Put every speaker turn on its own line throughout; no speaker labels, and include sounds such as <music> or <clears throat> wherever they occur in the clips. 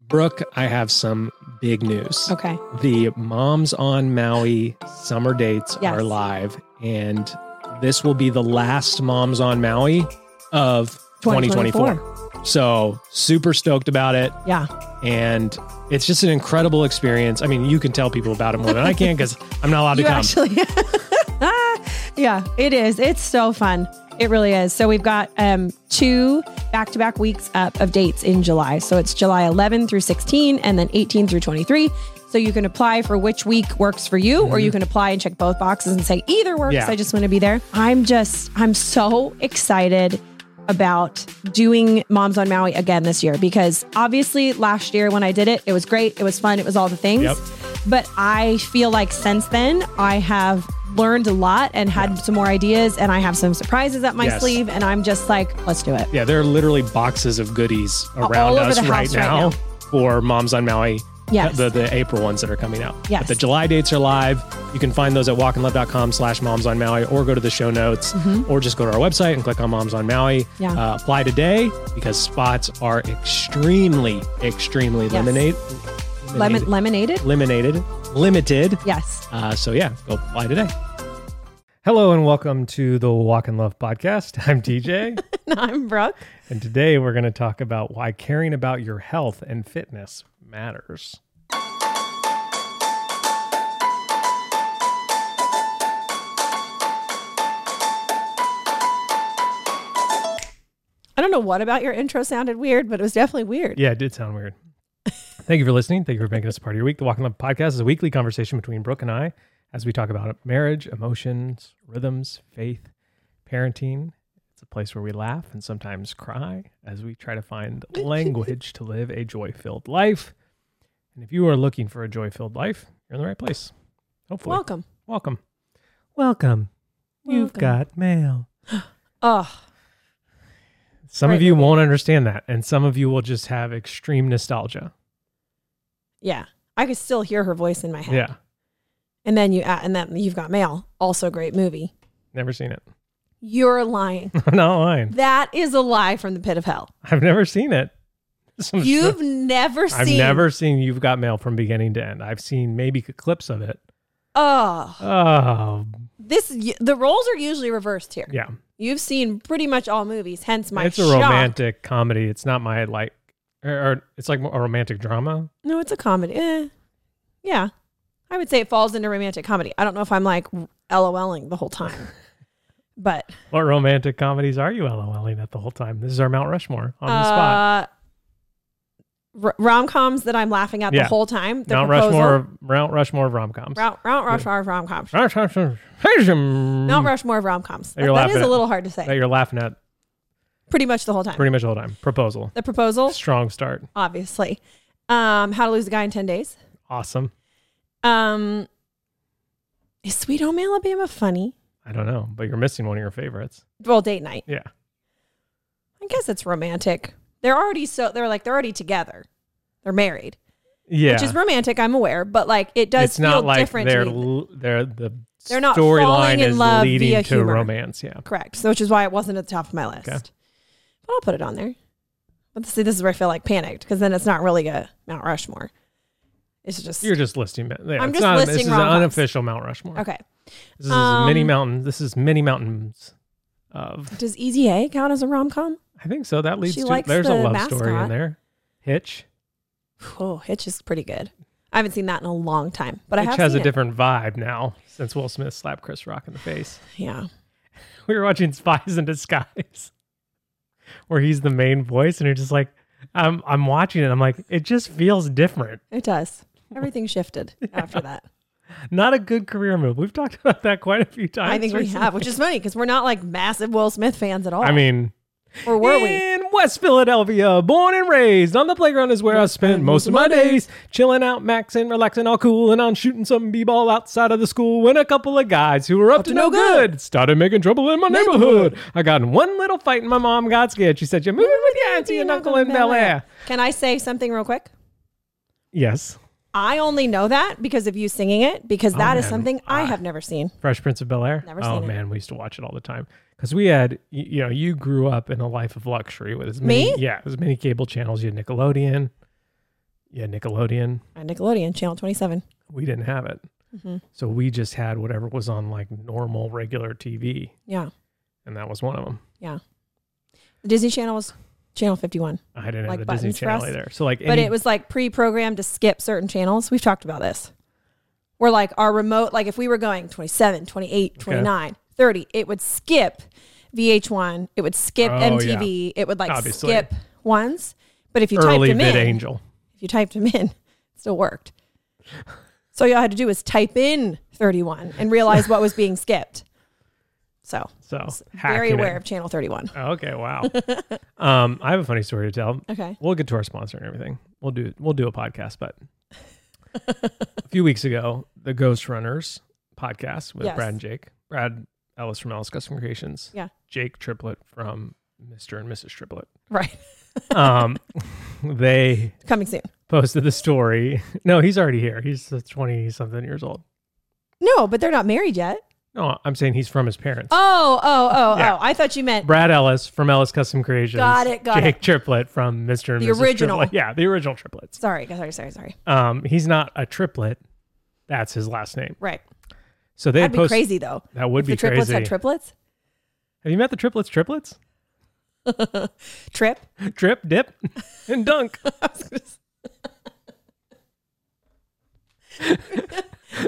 Brooke, I have some big news.
Okay.
The Moms on Maui summer dates
Yes.
are live, and this will be the last Moms on Maui of 2024. So, super stoked about it.
Yeah.
And it's just an incredible experience. I mean, you can tell people about it more than I can because I'm not allowed to
You
come.
actually. <laughs> yeah, it is. It's so fun. It really is. So we've got um, two back-to-back weeks up of dates in July. So it's July 11 through 16 and then 18 through 23. So you can apply for which week works for you or you can apply and check both boxes and say either works.
Mm-hmm. Yeah.
I just want to be there. I'm just I'm so excited about doing Moms on Maui again this year because obviously last year when I did it, it was great, it was fun, it was all the things.
Yep.
But I feel like since then, I have learned a lot and had some more ideas, and I have some surprises up my
Yes.
sleeve. And I'm just like, let's do it.
Yeah, there are literally boxes of goodies around
over
us
the
right
house right
now,
now.
for Moms on Maui.
Yes.
The, the April ones that are coming out.
Yes.
But the July dates are live. You can find those at walkandlove.com slash moms on Maui or go to the show notes or just go to our website and click on moms on Maui.
Mm-hmm. Yeah.
Uh, apply today because spots are extremely, extremely
Yes.
lemonade,
Lemon, lemonaded?
lemonaded, limited.
<laughs> Yes.
Uh, so yeah, go apply today. Hello and welcome to the Walk and Love podcast. I'm DJ.
I'm Brooke.
And today we're going to talk about why caring about your health and fitness matters.
I don't know what about your intro sounded weird, but it was definitely weird.
Yeah, it did sound <laughs> weird. Thank you for listening. Thank you for making us a part of your week. The Walking Love podcast is a weekly conversation between Brooke and I as we talk about marriage, emotions, rhythms, faith, parenting. It's a place where we laugh and sometimes cry as we try to <laughs> find language to live a joy filled life. And if you are looking for a joy filled life, you're in the right place. Hopefully.
Welcome.
Welcome. Welcome. You've
Welcome.
got mail.
Oh,
Some of
Right.
you won't understand that, and some of you will just have extreme nostalgia.
yeah. I could still hear her voice in my head.
Yeah,
And then you, uh, and then you've got mail. Also a great movie.
never seen it. <laughs>
You're lying.
I'm not lying.
that is a lie from the pit of hell.
I've never seen it. <laughs> Some-
You've never
Oh, I've
seen.
never seen You've Got Mail from beginning to end. I've seen maybe clips of it.
Oh,
Oh,
this y- the roles are usually reversed here.
yeah.
You've seen pretty much all movies, hence my
it's a
shock.
romantic comedy. It's not my like, or, or it's like a romantic drama.
No, it's a comedy. Eh, yeah, I would say it falls into romantic comedy. I don't know if I'm like LOLing the
<laughs>
whole time, but
What romantic comedies are you LOLing at E, the whole time? This is our Mount Rushmore on the spot.
uh, r- rom coms that I'm laughing at
Yeah.
the whole time. The
Mount
proposal,
Rushmore, Mount Rushmore of rom coms.
Mount, Mount Rushmore rom coms.
Mount
Mount Rushmore of rom coms.
That Mm. you're
that is
laughing
a
at.
little hard to say.
that you're laughing at
Pretty much the whole time.
pretty much the whole time. Proposal.
the proposal,
Strong start.
obviously. Um, how to lose a guy in ten days.
Awesome.
Um, is Sweet Home Alabama funny?
I don't know, but you're missing one of your favorites.
Well, date night.
Yeah.
I guess it's romantic. They're already so they're like they're already together. They're married,
Yeah.
which is romantic. I'm aware, but like it does
it's
feel
not like
different.
they're
to me.
l- they're the
They're not
storyline
falling in
is
love
leading
via
to
humor.
romance. Yeah.
Correct. So, which is why it wasn't at the top of my list.
Okay.
But I'll put it on there. But see, this is where I feel like panicked because then it's not really a Mount Rushmore. It's just
You're just listing. Yeah,
I'm
it's
just
not, This
listing
is an
rom-coms.
unofficial Mount Rushmore.
okay.
This is many
Um,
mountain. This is many mountains of.
Does Easy A count as a rom com?
I think so. That leads
She
to
likes
there's a
the
love story in
mascot.
there. Hitch.
Oh, Hitch is pretty good. I haven't seen that in a long time, but I
Hitch
have
has a
seen it.
different vibe now since Will Smith slapped Chris Rock in the face.
Yeah.
we were watching Spies in Disguise, <laughs> where he's the main voice, and you're just like, I'm I'm watching it. I'm like, it just feels different.
It does. Everything shifted
<laughs>
after that.
Not a good career move. We've talked <laughs> about that quite a few times.
I think we
recently.
have, which is funny because we're not like massive Will Smith fans at all.
I mean,
or were we?
in West Philadelphia, born and raised on the playground is where I spent most of my days, chilling out, maxing, relaxing, all cool, and on shooting some b-ball outside of the school. When a couple of guys who were up, to, no good started making trouble in my neighborhood. I got in one little fight, and my mom got scared. She said, "You're moving with your auntie and uncle in Bel Air."
Can I say something real quick?
Yes.
I only know that because of you singing it, because that is
Oh, man. Ah.
something I have never seen.
Fresh Prince of Bel Air.
Never
oh
seen it.
man, we used to watch it all the time because we had, y- you know, you grew up in a life of luxury with as
Me?
many, yeah, as many cable channels. You had Nickelodeon, yeah, Nickelodeon.
on Nickelodeon Channel 27.
We didn't have it.
Mhm.
So we just had whatever was on like normal, regular TV.
Yeah.
And that was one of them.
The Disney Channel was Channel 51,
I didn't
Like
have the Disney
buttons for
Channel
us?
either. So like,
but
any-
it was like pre programmed to skip certain channels. We've talked about this. We're like our remote, like if we were going 27, 28, 29, 30, it would skip VH1, it would skip
Oh,
MTV, it would like
Obviously.
skip ones. But if you
early
typed them
Vid
in,
Angel.
if you typed them in, <laughs> it still worked. So all you had to do was type in 31 and realize what was being skipped. So
So
very
Oh, hacking
aware
it.
of channel 31.
Okay,
<laughs>
wow. um, I have a funny story to tell.
Okay. <laughs>
We'll get to our sponsor and everything. We'll do we'll do a podcast, but <laughs> a few weeks ago, the Ghost Runners podcast with
Yes.
Brad and Jake, Brad Ellis from Ellis Custom Creations,
Yeah.
Jake Triplet from Mister and Mrs. Triplet.
Right.
Um, <laughs> they
Coming soon.
posted the story. No, he's already here. He's twenty something years old.
No, but they're not married yet.
No, I'm saying he's from his parents.
Oh, oh, oh,
Yeah.
oh. I thought you meant
Brad Ellis from Ellis Custom Creations.
Got it, got
Jake Triplet from Mr. and
The
Mrs.
original.
Triplet. Yeah, the original triplets.
sorry, sorry, sorry, sorry.
Um, he's not a triplet. That's his last name.
Right.
So they had
That'd be
post-
crazy though.
That would
if
be
the triplets
crazy.
had triplets.
Have you met the triplets? Triplets?
Trip.
Trip, dip, <laughs> and
<laughs>
dunk.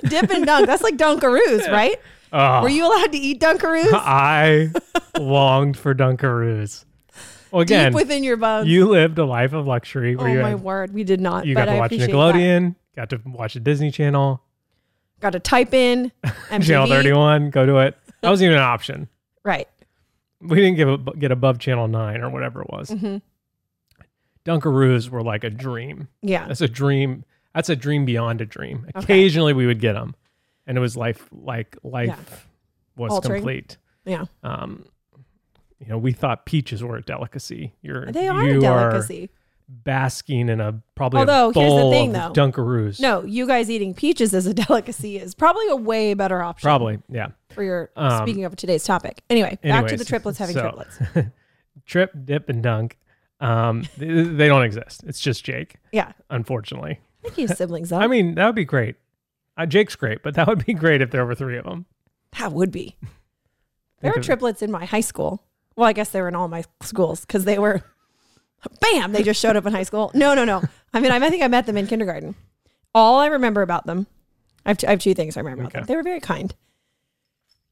Dip and dunk. That's
<laughs>
like Dunkaroos, right?
Oh,
Were you allowed to eat Dunkaroos?
<laughs> I longed for Dunkaroos. Well, <laughs> again,
Deep within your bones.
you lived a life of luxury
oh
where you,
my
had-
word, we did not.
you
but
got to
I
watch
appreciate
Nickelodeon, got to watch the Disney Channel,
That. Got to
<laughs>
type in MTV.
Channel 31, go to it. That wasn't even an option.
Right.
we didn't give a, get above channel nine or whatever it was.
Mhm.
Dunkaroos were like a dream.
Yeah.
That's a dream. That's a dream beyond a dream.
Okay.
Occasionally we would get them, and it was life like life was
Altering.
complete.
Yeah.
Um, you know, we thought peaches were a delicacy. You're
They are a
you
delicacy.
basking in a probably
Although,
a
here's the
bowl
thing,
of
though.
Dunkaroos.
No, you guys eating peaches as a <laughs> delicacy is probably a way better option.
probably yeah.
for your
Um,
speaking of today's topic. Anyway, back to the
anyways,
triplets having
so-
triplets.
Trip, dip, and dunk. Um, <laughs> th- they don't exist. It's just Jake,
Yeah,
unfortunately. <laughs>
I think his siblings up.
I mean, that would be great. Uh, Jake's great, but that would be great if there were three of them.
that would be. There
Think
were
of-
triplets in my high school. Well, I guess they were in all my schools because they were, bam, they just showed up in high school. No, no, no. I mean, I, I think I met them in kindergarten. All I remember about them, I have two, I have two things I remember about them.
Okay.
They were very kind.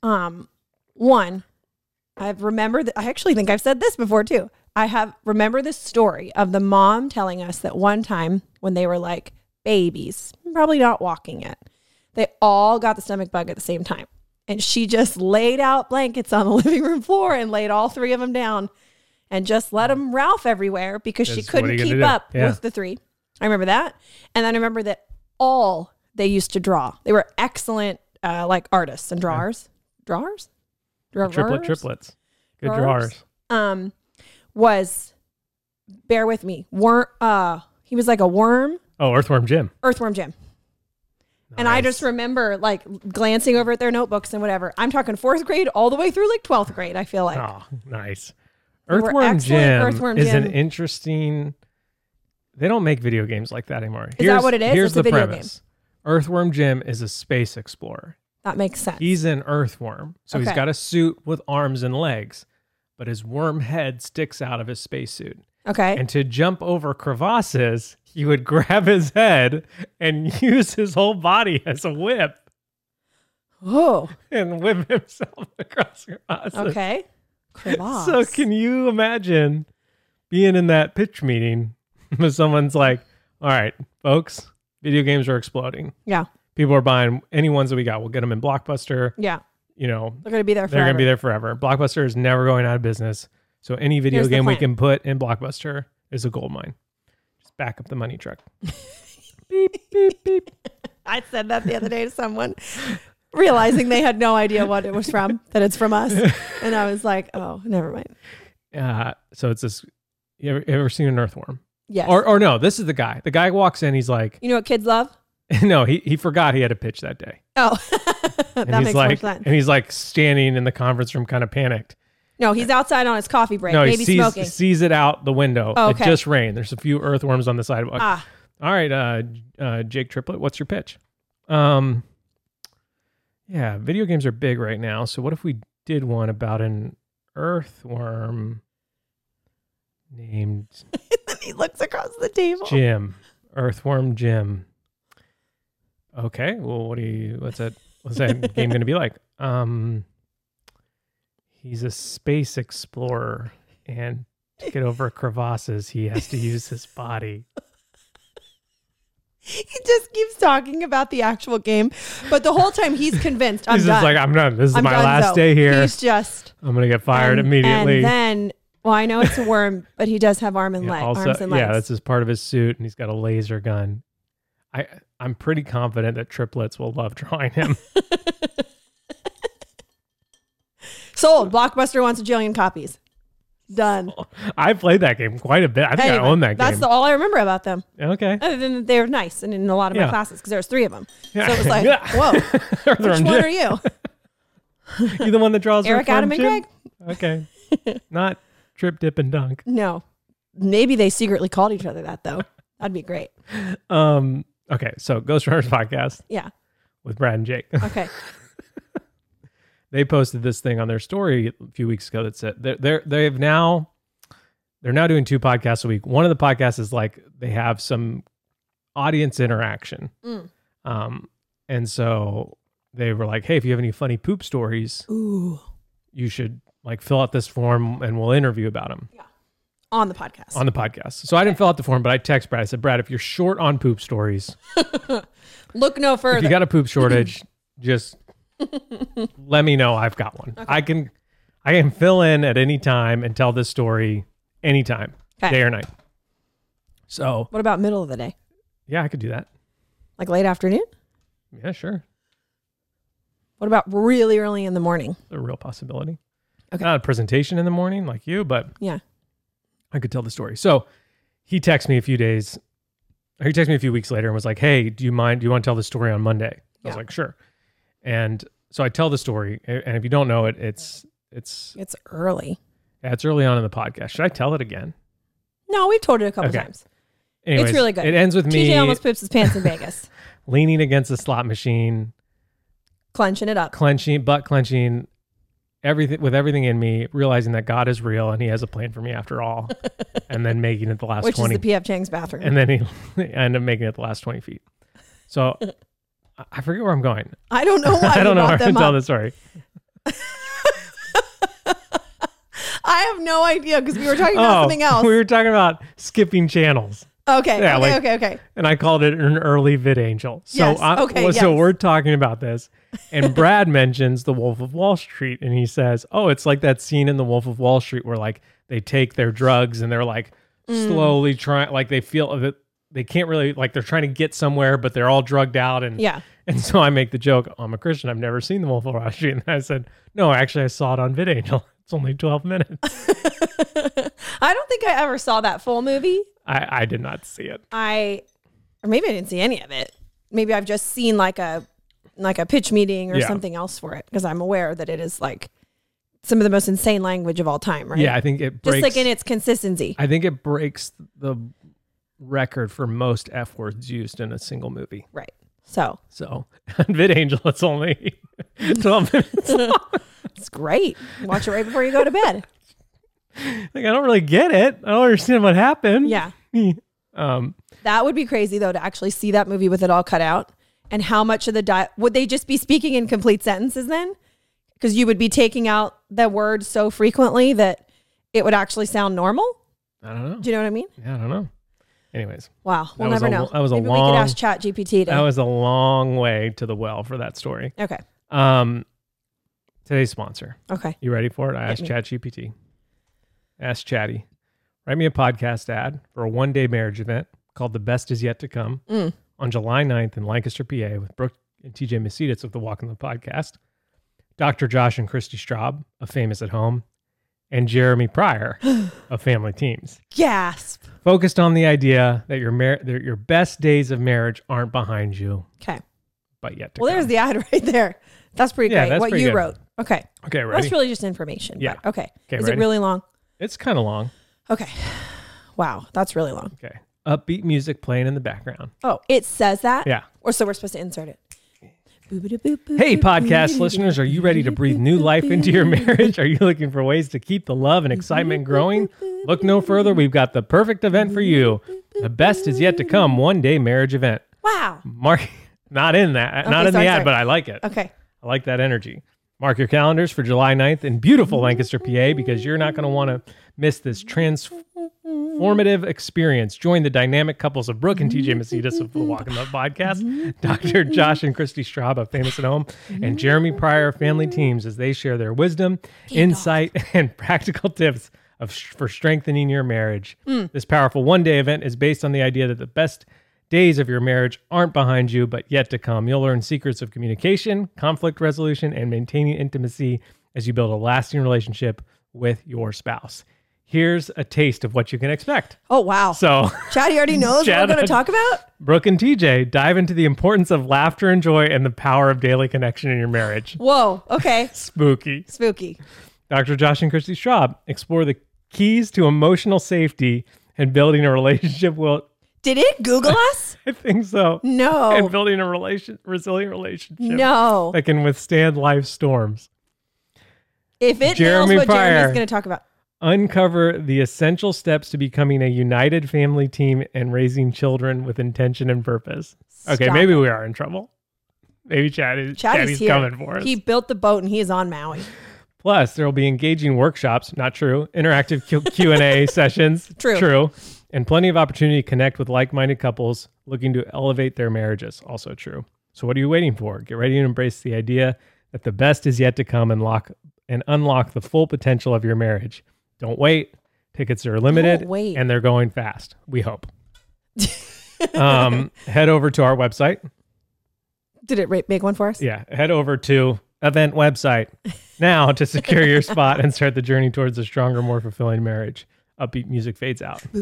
Um, one, I've remembered. I actually think I've said this before too. I have remember the story of the mom telling us that one time when they were like babies, probably not walking yet, they all got the stomach bug at the same time, and she just laid out blankets on the <laughs> living room floor and laid all three of them down, and just let them Ralph everywhere because she
That's what
couldn't
are you gonna
keep
do?
up
Yeah.
with the three. I remember that, and then I remember that all they used to draw. They were excellent, uh, like artists and drawers, drawers, drawers,
Triplet triplets. Good
Drawers?
drawers.
um, was bear with me. Worm. Uh, he was like a worm,
Oh, Earthworm Jim.
earthworm Jim. And I
Nice.
just remember like glancing over at their notebooks and whatever. I'm talking fourth grade all the way through like twelfth grade. I feel like
Oh, nice.
were
Earthworm
excellent
Jim
Earthworm
is an
Jim.
interesting. They don't make video games like that anymore. Is
that what it is?
Here's
It's
the
a video game.
premise. Earthworm Jim is a space explorer.
that makes sense.
He's an earthworm, so he's
Okay.
got a suit with arms and legs, but his worm head sticks out of his spacesuit.
okay,
And to jump over crevasses, he would <laughs> grab his head and <laughs> use his whole body as a whip
oh,
<laughs> and whip himself <laughs> across crevasses.
okay,
<laughs>
Crevasse.
So can you imagine being in that pitch meeting <laughs> where someone's like, all right, folks, video games are exploding.
yeah,
People are buying any ones that we got. We'll get them in Blockbuster.
yeah,
You know,
they're gonna be there.
they're
Forever.
going to be there forever. Blockbuster is never going out of business. So any video
Here's the
game we
plan.
can put in Blockbuster is a gold mine. Just back up the money truck. beep, beep, beep.
<laughs> I said that the other day to someone, realizing they had no idea what it was from, that it's
<laughs>
from us, and I was like, oh, never mind.
Uh, so it's this. You ever, you ever seen an earthworm?
Yes.
Or, or no, this is the guy. The guy walks in. He's like, <laughs>
you know what kids love?
no, he, he forgot he had a pitch that day.
Oh, <laughs> that
And
makes
he's
more
like,
sense.
<laughs> and he's like standing in the conference room, kind of panicked.
No, he's outside on his coffee break,
no, he <laughs>
maybe
sees
smoking.
sees it out the window.
Oh,
It
okay.
just rained. There's a few earthworms on the sidewalk.
Ah, <laughs>
All right, uh, uh, Jake Triplet, what's your pitch? Um, yeah, video games are big right now. So what if we did one about an earthworm named
he looks across the table.
Jim? Earthworm Jim. Okay. Well, what do you? What's that? What's
<laughs>
that game going to be like? Um, he's a space explorer, and to get over crevasses, he has to use his body.
He just keeps talking about the actual game, but the whole time he's
<laughs>
convinced <laughs> I'm
He's
done.
just like, I'm done. This is
I'm
my
done,
last
though."
day here.
He's just
I'm gonna get <laughs> fired
and-
immediately.
And then, well, I know it's a worm, <laughs> but he does have arm and
Yeah,
leg,
also-
arms and legs.
yeah, that's his part of his suit, and he's got a laser gun. I I'm pretty confident that triplets will love drawing him. <laughs>
Sold. Blockbuster wants a jillion copies. Done.
I played that game quite a bit. Oh, I think
Anyway,
I own that
That's
game.
the, all I remember about them.
okay.
Other than that they were nice and in a lot of my
Yeah.
classes because there was three of them.
Yeah. <laughs>
So it was like,
Yeah.
whoa,
Earthworm
which
Jim.
one are you?
You the one that draws
Eric,
Earthworm
Adam, and
Jim?
Greg? <laughs>
Okay. Not trip, dip, and dunk.
No. Maybe they secretly called each other that though. That'd be great.
Um. Okay. So Ghost Runners podcast
Yeah.
with Brad and Jake. <laughs>
Okay.
they posted this thing on their story a few weeks ago that said they're, they're they've now they're now doing two podcasts a week. One of the podcasts is like they have some audience interaction,
Mm.
um, and so they were like, "Hey, if you have any funny poop stories,
Ooh.
you should like fill out this form and we'll interview about them."
On the podcast.
on the podcast. So I didn't fill out the form, but I text Brad. I said, Brad, if you're short on poop stories,
Look no
if you
further.
got a poop
<laughs>
shortage, just let me know. I've got one. I can I can fill in at any time and tell this story anytime,
Okay.
day or night. So
what about middle of the day?
yeah, I could do that.
Like late afternoon?
Yeah, sure.
What about really early in the morning?
A real possibility.
Okay.
Not a presentation in the morning like you, but
Yeah.
I could tell the story. So he texted me a few days, or he texted me a few weeks later and was like, Hey, do you mind? Do you want to tell the story on Monday? I was
Yeah.
like, Sure. And so I tell the story. a- And if you don't know it, it's, it's,
It's early.
yeah, it's early on in the podcast. Should I tell it again?
No, we've told it a couple
Okay.
times.
Anyways,
really good.
It ends with me
TJ almost poops his pants
<laughs>
in Vegas,
leaning against the slot machine,
clenching it up.
clenching, butt clenching, everything with everything in me, realizing that God is real and he has a plan for me after
<laughs>
all. and then making it the last
which
20
is the PF Chang's bathroom.
<laughs> and then he <laughs> ended up making it the last 20 feet.
<laughs>
So I- I forget where I'm going.
I
<laughs>
don't know why
I don't
you
know how
brought
to
them
tell
up.
the story.
I have no idea because we were talking about something else.
Oh, we were talking about skipping channels,
Okay,
Yeah,
okay,
like-
okay, okay.
and I called it an early vid angel. So
Yes,
I,
okay,
well, so
yes.
we're talking about this,
<laughs>
and Brad mentions the Wolf of Wall Street, and he says, "Oh, it's like that scene in the Wolf of Wall Street where like they take their drugs and they're like
Mm.
slowly trying, like they feel that they can't really like they're trying to get somewhere, but they're all drugged out and
Yeah. <laughs>
And so I make the joke, "Oh, I'm a Christian. I've never seen The Wolf of Wall Street. And I said, no, actually, I saw it on VidAngel. <laughs> It's only 12
<laughs>
minutes.
I don't think I ever saw that full movie.
I, I did not see it.
I or maybe I didn't see any of it. Maybe I've just seen like a like a pitch meeting or
Yeah.
something else for it because I'm aware that it is like some of the most insane language of all time, right?
Yeah, I think it
Just
breaks.
like in its consistency.
I think it breaks the record for most F words used in a single movie.
right. So
So <laughs> on VidAngel, it's only 12 minutes.
it's <laughs> great. Watch it right before you go to bed.
<laughs> Like, I don't really get it. I don't understand what happened.
Yeah.
<laughs> Um,
That would be crazy though to actually see that movie with it all cut out. And how much of the di- would they just be speaking in complete sentences then? Because you would be taking out the word so frequently that it would actually sound normal.
I don't know.
Do you know what I mean?
Yeah, I don't know. Anyways,
Wow, we'll
was
never
a-
know.
that was a
Maybe we
long-
could ask Chat GPT
that
to.
was a long way to the well for that story.
okay,
Um, today's sponsor.
okay.
You ready for it? I asked ChatGPT. Ask Chatty. Write me a podcast ad for a one day marriage event called The Best Is Yet to Come
Mm.
on July 9th in Lancaster, PA with Brooke and TJ Maceditz of the Walk in the Podcast, Dr. Josh and Christy Straub of Famous at Home, and Jeremy Pryor
<laughs>
of Family Teams
Gasp.
focused on the idea that your mar- that your best days of marriage aren't behind you,
Okay.
but yet to
Well,
come.
there's the ad <laughs> right there. That's pretty
Yeah,
great.
that's
what
pretty
you
good.
wrote. Okay.
okay,
Well,
ready?
That's really just information.
Yeah.
But okay.
Okay,
Is
ready?
it really long?
it's kind of long.
Okay. Wow, that's really long.
Okay. upbeat music playing in the background.
Oh, it says that?
Yeah.
Or so we're supposed to insert it.
Hey, podcast listeners, are you ready to breathe new life into your marriage? Are you looking for ways to keep the love and excitement growing? Look no further. We've got the perfect event for you. The best is yet to come one day marriage event.
Wow.
Mark, <laughs> not in that, not
Okay,
in
sorry,
the ad,
sorry.
but I like it.
Okay.
I like that energy. Mark your calendars for July 9th in beautiful Lancaster, PA, because you're not going to want to miss this transformative experience. Join the dynamic couples of Brooke and TJ Macedas of the Walking Up podcast, Dr. Josh and Christy Straub of Famous at Home, and Jeremy Pryor of Family Teams as they share their wisdom, insight, <laughs> and practical tips of for strengthening your marriage. This powerful one day event is based on the idea that the best days of your marriage aren't behind you, but yet to come. You'll learn secrets of communication, conflict resolution, and maintaining intimacy as you build a lasting relationship with your spouse. Here's a taste of what you can expect.
Oh, wow.
So, <laughs>
Chad, you already knows what
Chad-
we're going to talk about?
Brooke and TJ dive into the importance of laughter and joy and the power of daily connection in your marriage.
Whoa. Okay. <laughs>
Spooky.
Spooky.
Dr. Josh and Christy Schwab explore the keys to emotional safety and building a relationship. <laughs> Well,
Did
<laughs>
it Google us?
I think so. And
No.
building a relation, resilient relationship.
No.
that can withstand life's storms.
If it
Jeremy
knows what
Pryor.
Jeremy's going to talk about.
Uncover the essential steps to becoming a united family team and raising children with intention and purpose. Okay,
Stop
maybe we are in trouble. Maybe Chad is
Chad
Chad
is
is
here.
coming for us.
He built the boat and he is on Maui.
Plus, there will be engaging workshops. Not true. Interactive Q- <laughs> Q&A sessions.
True.
True. And plenty of opportunity to connect with like-minded couples looking to elevate their marriages. Also true. So what are you waiting for? Get ready to embrace the idea that the best is yet to come and lock and unlock the full potential of your marriage. Don't wait. Tickets are limited
Don't wait.
and they're going fast. We hope. <laughs> um, head over to our website,
Did it ra- make one for us?
yeah, head over to event website now to secure your spot and start the journey towards a stronger, more fulfilling marriage. Upbeat music fades out. Oh,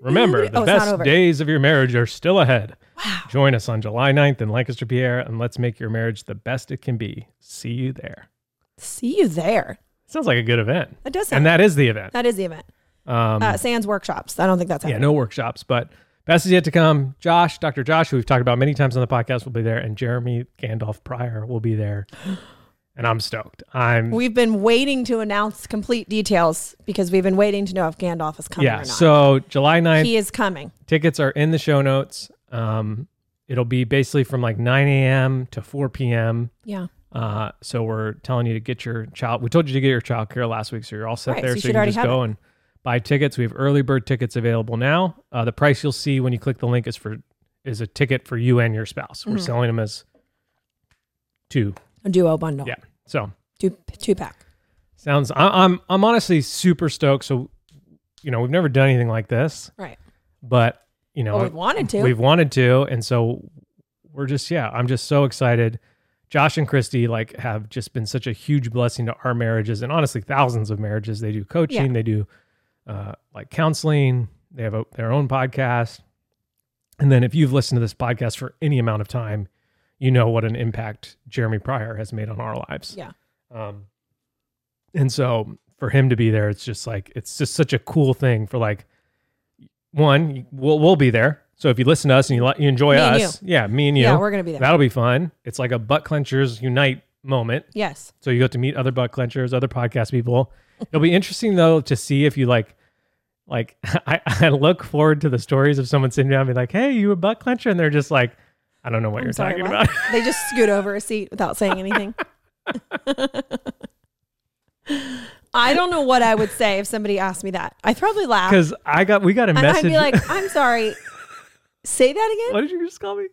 remember, the
oh, it's not
best
over.
days of your marriage are still ahead.
Wow.
Join us on July 9th in Lancaster, Pierre, and let's make your marriage the best it can be. See you there.
See you there.
Sounds like a good event.
That does
And
sound.
that is the event.
that is the event.
Um,
Uh, Sans workshops. I don't think that's
yeah,
happening.
no workshops, but best is yet to come. Josh, Dr. Josh, who we've talked about many times on the podcast, will be there, and Jeremy Gandalf Pryor will be
<gasps>
there. And I'm stoked. I'm
We've been waiting to announce complete details because we've been waiting to know if Gandalf is coming or
yeah
not.
so july 9th
he is coming.
tickets are in the show notes um it'll be basically from like 9 a.m to 4 p.m
Yeah.
uh so we're telling you to get your child we told you to get your child care last week so you're all set
Right,
there
so you
so
should
you can
already
just
have
go and buy tickets we have early bird tickets available now uh the price you'll see when you click the link is for is a ticket for you and your spouse
Mm-hmm.
we're selling them as two
A duo bundle.
yeah so
Two, two pack.
sounds I, i'm i'm honestly super stoked so you know we've never done anything like this
Right.
but you know
Well, we wanted to.
We've wanted to, and so we're just yeah. I'm just so excited. Josh and Christy like have just been such a huge blessing to our marriages, and honestly, thousands of marriages. They do coaching,
Yeah.
they do uh, like counseling, they have a, their own podcast, and then if you've listened to this podcast for any amount of time, you know what an impact Jeremy Pryor has made on our lives.
Yeah.
Um, and so for him to be there, it's just like it's just such a cool thing for like one, we'll we'll be there. So if you listen to us and you li- you enjoy
Me and
us, yeah, me and you,
yeah, we're going to be there.
that'll be fun. It's like a butt clenchers unite moment.
yes.
So you get to meet other butt clenchers, other podcast people. It'll be interesting though to see if you like. Like <laughs> I, I look forward to the stories of someone sitting down and be like, "Hey, you a butt clencher?" and they're just like, "I don't know what
I'm
you're
sorry,
talking
what?
about." <laughs>
they just scoot over a seat without saying anything. I don't know what I would say if somebody asked me that. I'd probably laugh.
Because I got we got a
And I'd
message.
be like, I'm sorry. Say that
<laughs>
again?
what did you just call me?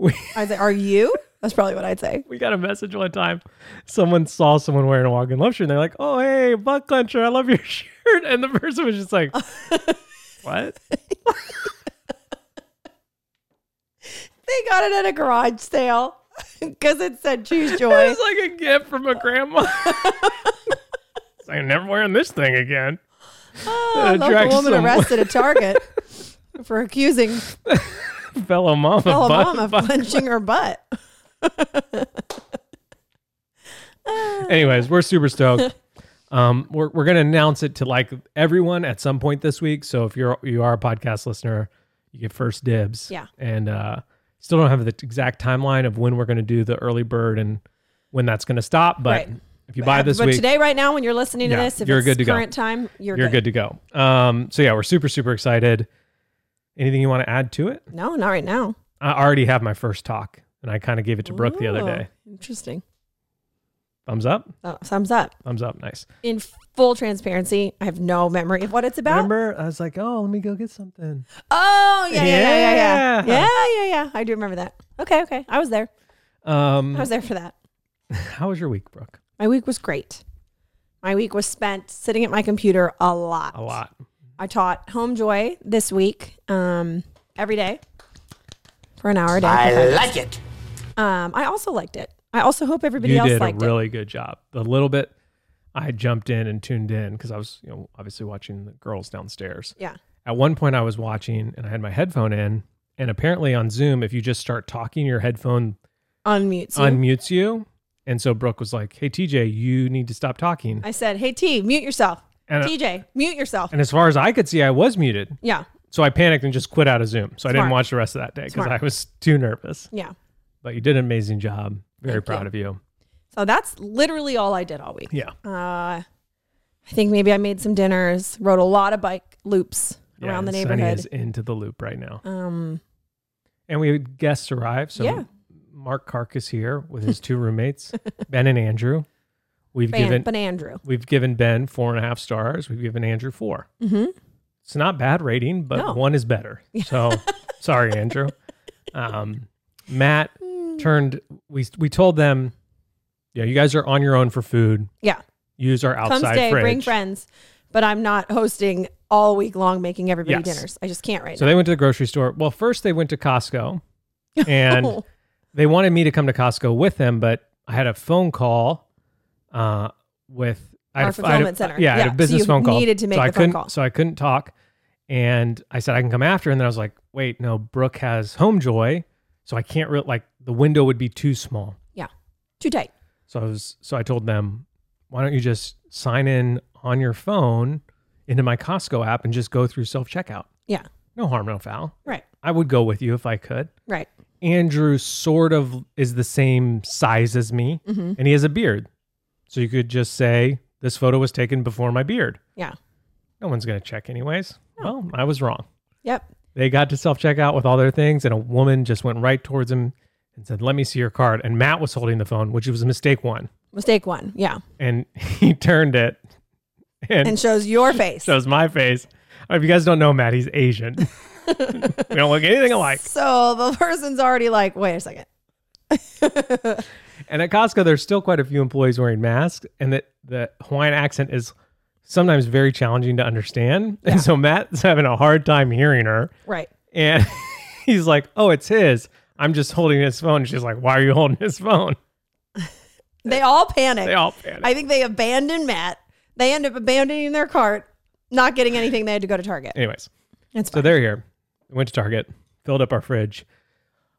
We
I'd say, Are you? That's probably what I'd say.
we got a message one time. Someone saw someone wearing a walk-in love shirt, and they're like, "Oh, hey, butt clencher, I love your <laughs> shirt." And the person was just
<laughs>
like, "What?"
They got it at a garage sale <laughs> because it said choose joy.
It's like a gift from a grandma. <laughs> It's like, I'm never wearing this thing again. uh,
Oh, a
attracts
local woman
some-
arrested at Target
<laughs>
for accusing
Fellow mama,
fellow
butt-
mom of
butt-
punching her butt. <laughs>
Anyways, we're super stoked. Um, we're we're gonna announce it to like everyone at some point this week. So if you're you are a podcast listener, you get first dibs.
Yeah.
And uh, still don't have the exact timeline of when we're gonna do the early bird and when that's gonna stop. But
Right.
if you buy this
but
week,
today, right now, when you're listening
Yeah,
to this, if
you're
it's
good to go.
current time, you're,
you're good. to go. Um, so yeah, we're super super excited. Anything you want to add to it?
No, not right now.
I already have my first talk, and I kind of gave it to Brooke the other
Ooh,
day.
Oh, Interesting.
Thumbs up,
Oh, thumbs up.
thumbs up, nice.
In full transparency, I have no memory of what it's about.
Remember, I was like, oh, let me go get something.
Oh, yeah, yeah, yeah, yeah, yeah,
Yeah.
yeah, yeah, yeah. I do remember that. Okay, okay. I was there.
Um,
I was there for that.
how was your week, Brooke?
My week was great. My week was spent sitting at my computer a lot.
A lot.
I taught Home Joy this week, um, every day for an hour a day.
I like it.
Um, I also liked it. I also hope everybody
You
else
did a
liked
really good job. The little bit I jumped in and tuned in because I was, you know, obviously watching the girls downstairs.
it. Yeah.
At one point, I was watching and I had my headphone in, and apparently on Zoom, if you just start talking, your headphone
Unmute. you.
unmutes you. And so Brooke was like, "Hey TJ, you need to stop talking."
I said, "Hey T, mute yourself."
And, uh,
TJ, mute yourself.
and as far as I could see, I was muted.
Yeah,
So I panicked and just quit out of Zoom. So I didn't
Smart.
watch the rest of that day because
Smart.
I was too nervous.
yeah.
But you did an amazing job. Very
Thank
proud
you.
of you.
So that's literally all I did all week.
Yeah.
Uh, I think maybe I made some dinners, rode a lot of bike loops
Yeah,
around the
and Sunny
neighborhood.
is into the loop right now.
Um,
And we had guests arrive. So
Yeah.
Mark Kark is here with
<laughs>
his two roommates, Ben and Andrew. We've
ban-
given
but Andrew,
we've given Ben four and a half stars. We've given Andrew 4
Mhm.
It's not bad rating, but
No.
one is
<laughs>
better. So sorry, Andrew. Um, Matt
Mm.
turned. We we told them, yeah, you guys are on your own for food.
yeah,
Use our
come
outside
stay,
fridge.
bring friends. But I'm not hosting all week long, making everybody
Yes.
dinners. I just can't right
So they went to the grocery store. Well, first they went to
<laughs>
Costco,
now. Oh,
and they wanted me to come to Costco with them, but I had a phone call uh, with I had a- I
Our
had a-
fulfillment center.
Yeah, I had
Yeah,
a
so
business
you
phone call.
needed to make
so I
the phone
couldn't-
call.
So I couldn't talk, and I said I can come after, and then I was like, wait, no, Brooke has home joy, so I can't really like the window would be too small.
Too tight.
So I was so I told them, why don't you just sign in on your phone into my Costco app and just go through self checkout?
Yeah.
No harm, no foul.
Right.
I would go with you if I could.
Right.
Andrew sort of is the same size as me
Mhm.
and he has a beard. So you could just say, this photo was taken before my beard.
Yeah.
No one's going to check, anyways. Well, I was wrong.
Yep.
They got to self checkout with all their things, and a woman just went right towards him and said, Let me see your card. And Matt was holding the phone, which was mistake one.
Mistake one. Yeah.
And <laughs> he turned it and,
And
<laughs>
shows your face.
shows my face. If you guys don't know Matt, he's Asian. <laughs> we don't look anything alike.
so the <laughs> person's already like, wait a second.
And at Costco, there's still quite a few employees wearing masks, and that the Hawaiian accent is sometimes very challenging to understand. And so Matt's having a hard time hearing her,
Right.
and <laughs> he's like, "Oh, it's his. I'm just holding his phone." And she's like, "Why are you holding his phone?" <laughs>
They all panic.
They all panic.
I think they abandoned Matt. They end up abandoning their cart, not getting anything. They had to go to Target.
Anyways,
It's
so
fine.
they're here. We went to Target, filled up our fridge.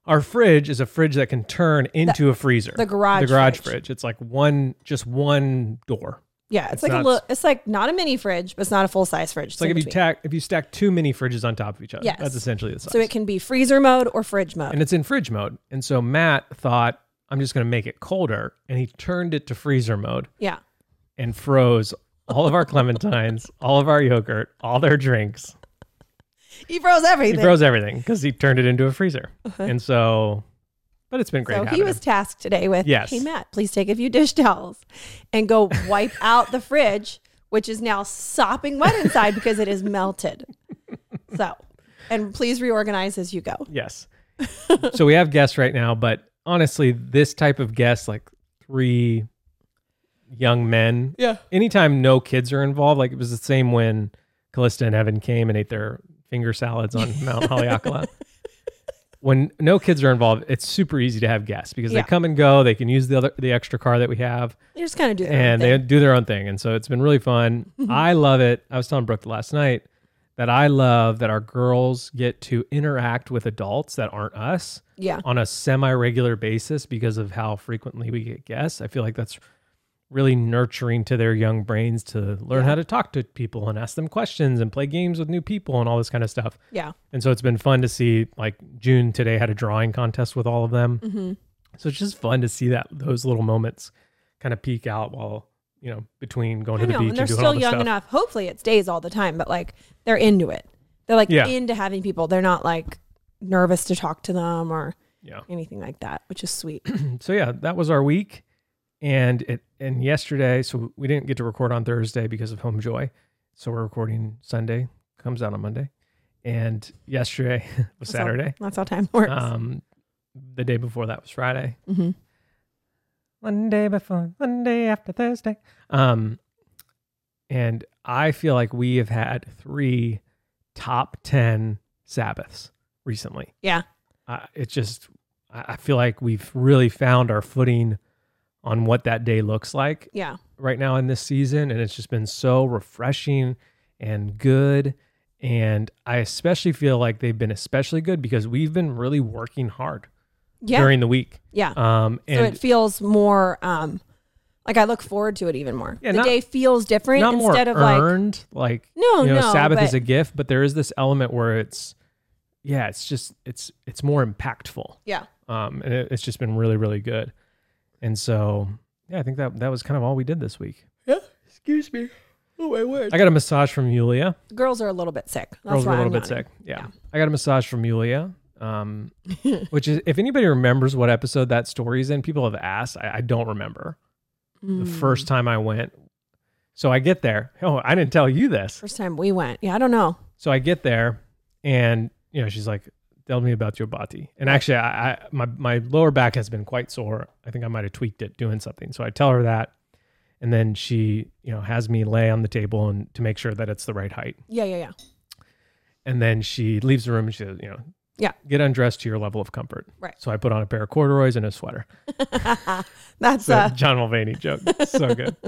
Our fridge is a fridge that can turn into a freezer.
the garage
The garage
fridge.
fridge. It's like one, just one door.
yeah, it's, like
not-
a little. It's like not a mini fridge, but it's not a full size fridge.
It's like if you tack, if you stack two mini fridges on top of each other.
Yes.
That's essentially the size.
so it can be freezer mode or fridge mode.
and it's in fridge mode. And so Matt thought, I'm just going to make it colder. And he turned it to freezer mode
yeah,
and froze all of our
<laughs>
clementines, all of our yogurt, all their drinks.
he froze
He
everything.
froze everything because he turned it into a freezer. And so, but it's been great.
Uh-huh. so
having
he was
him.
tasked today with,
Yes.
hey Matt, please take a few dish towels and go
<laughs>
wipe out the fridge, which is now sopping wet inside because it is melted. So, and please reorganize as you go. <laughs>
Yes. so we have guests right now, but honestly, this type of guest, like three young men,
Yeah.
anytime no kids are involved, like it was the same when Callista and Evan came and ate their finger salads on Mount Haleakala. when no kids are involved, it's super easy to have guests because
Yeah.
they come and go. They can use the other the extra car that we have
They just kind of do their own
and
thing.
they do their own thing. And so it's been really fun. I love it. I was telling Brooke last night that I love that our girls get to interact with adults that aren't us
yeah.
on a semi regular basis because of how frequently we get guests. I feel like that's really nurturing to their young brains to learn
Yeah.
how to talk to people and ask them questions and play games with new people and all this kind of stuff.
Yeah.
And so it's been fun to see like June today had a drawing contest with all of them.
Mm-hmm.
So it's just fun to see that those little moments kind of peek out while, you know, between going
I
to the
know,
beach and,
and they're
doing all
still
this
young
stuff.
enough. Hopefully, it stays all the time, but like they're into it. They're like
Yeah.
into having people. They're not like nervous to talk to them or
Yeah.
anything like that, which is sweet. <clears throat>
so yeah, that was our week. And it and yesterday, so we didn't get to record on Thursday because of Home Joy. So we're recording Sunday, comes out on Monday. And yesterday <laughs> was
That's all-
Saturday.
That's how time works.
Um the day before that was Friday.
Mhm.
One day before, one day after Thursday. Um and I feel like we have had three top 10 Sabbaths recently.
Yeah.
Uh, it's just, I I feel like we've really found our footing on what that day looks like
Yeah.
right now in this season. And it's just been so refreshing and good. And I especially feel like they've been especially good because we've been really working hard
Yeah.
during the week.
yeah.
Um,
so
and
it feels more um like I look forward to it even more.
Yeah,
the
not-
day feels different
not more
instead of like
earned, like,
no,
you know,
no.
Sabbath
but,
is a gift, but there is this element where it's, yeah, it's just it's it's more impactful.
yeah.
um, and it, it's just been really really good and so yeah i think that that was kind of all we did this week
Yeah. Excuse me. Oh my word.
i got a massage from yulia
Girls are a little bit sick. That's
girls were
why
a little
I'm
bit
not in.
sick yeah. i got a massage from yulia
<laughs>
um, which is if anybody remembers what episode that story's in people have asked i, I don't remember the
Mm.
first time i went so i get there oh i didn't tell you this
first time we went. Yeah, I don't know.
So I get there, and you know she's like, "Tell me about your body." And actually, I, I my my lower back has been quite sore. I think I might have tweaked it doing something. So I tell her that, and then she you know has me lay on the table and to make sure that it's the right height.
Yeah, yeah, yeah.
And then she leaves the room. And she says, "You know,
Yeah.
get undressed to your level of comfort."
Right.
So I put on a pair of corduroys and a sweater.
That's
So <laughs>
uh,
John Mulvaney joke, so good. <laughs>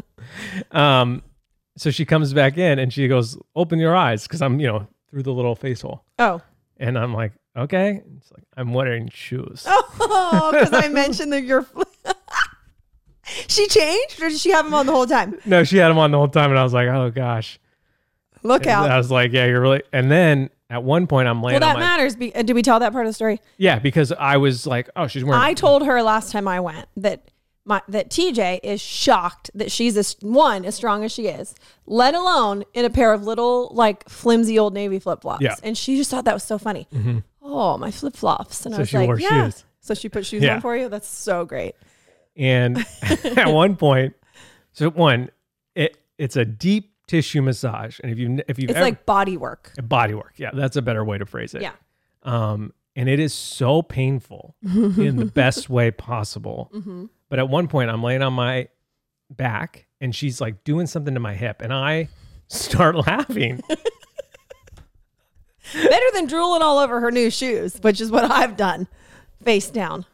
Um, so she comes back in and she goes, "Open your eyes," because I'm you know through the little face hole.
oh
And I'm like, okay. It's like I'm wearing shoes.
oh because I mentioned that your <laughs> she changed or did she have them on the whole time?
<laughs> No, she had them on the whole time, and I was like, oh gosh.
Look
And I
out.
was like, yeah, you're really. And then at one point, I'm
Well,
laying
that
on my
matters. Be- uh, did we tell that part of the story?
yeah because I was like, oh, she's wearing.
I told her last time I went that my that TJ is shocked that she's as one as strong as she is, let alone in a pair of little like flimsy old navy flip flops.
Yeah. Mm-hmm.
And she just thought that was so funny. Oh, my flip flops! And I
So
was
she
like,
wore
yeah.
shoes.
So she put shoes
Yeah.
on for you. That's so great.
<laughs>
<laughs>
and at one point, so one, it it's a deep tissue massage, and if you if you've
It's
ever,
like body work.
body work, yeah, that's a better way to phrase it.
Yeah.
Um, and it is so
<laughs>
painful in the best way possible.
Mm-hmm.
But at one point, I'm laying on my back and she's like doing something to my hip, and I start <laughs> laughing.
Better than drooling all over her new shoes, which is what I've done. Face down.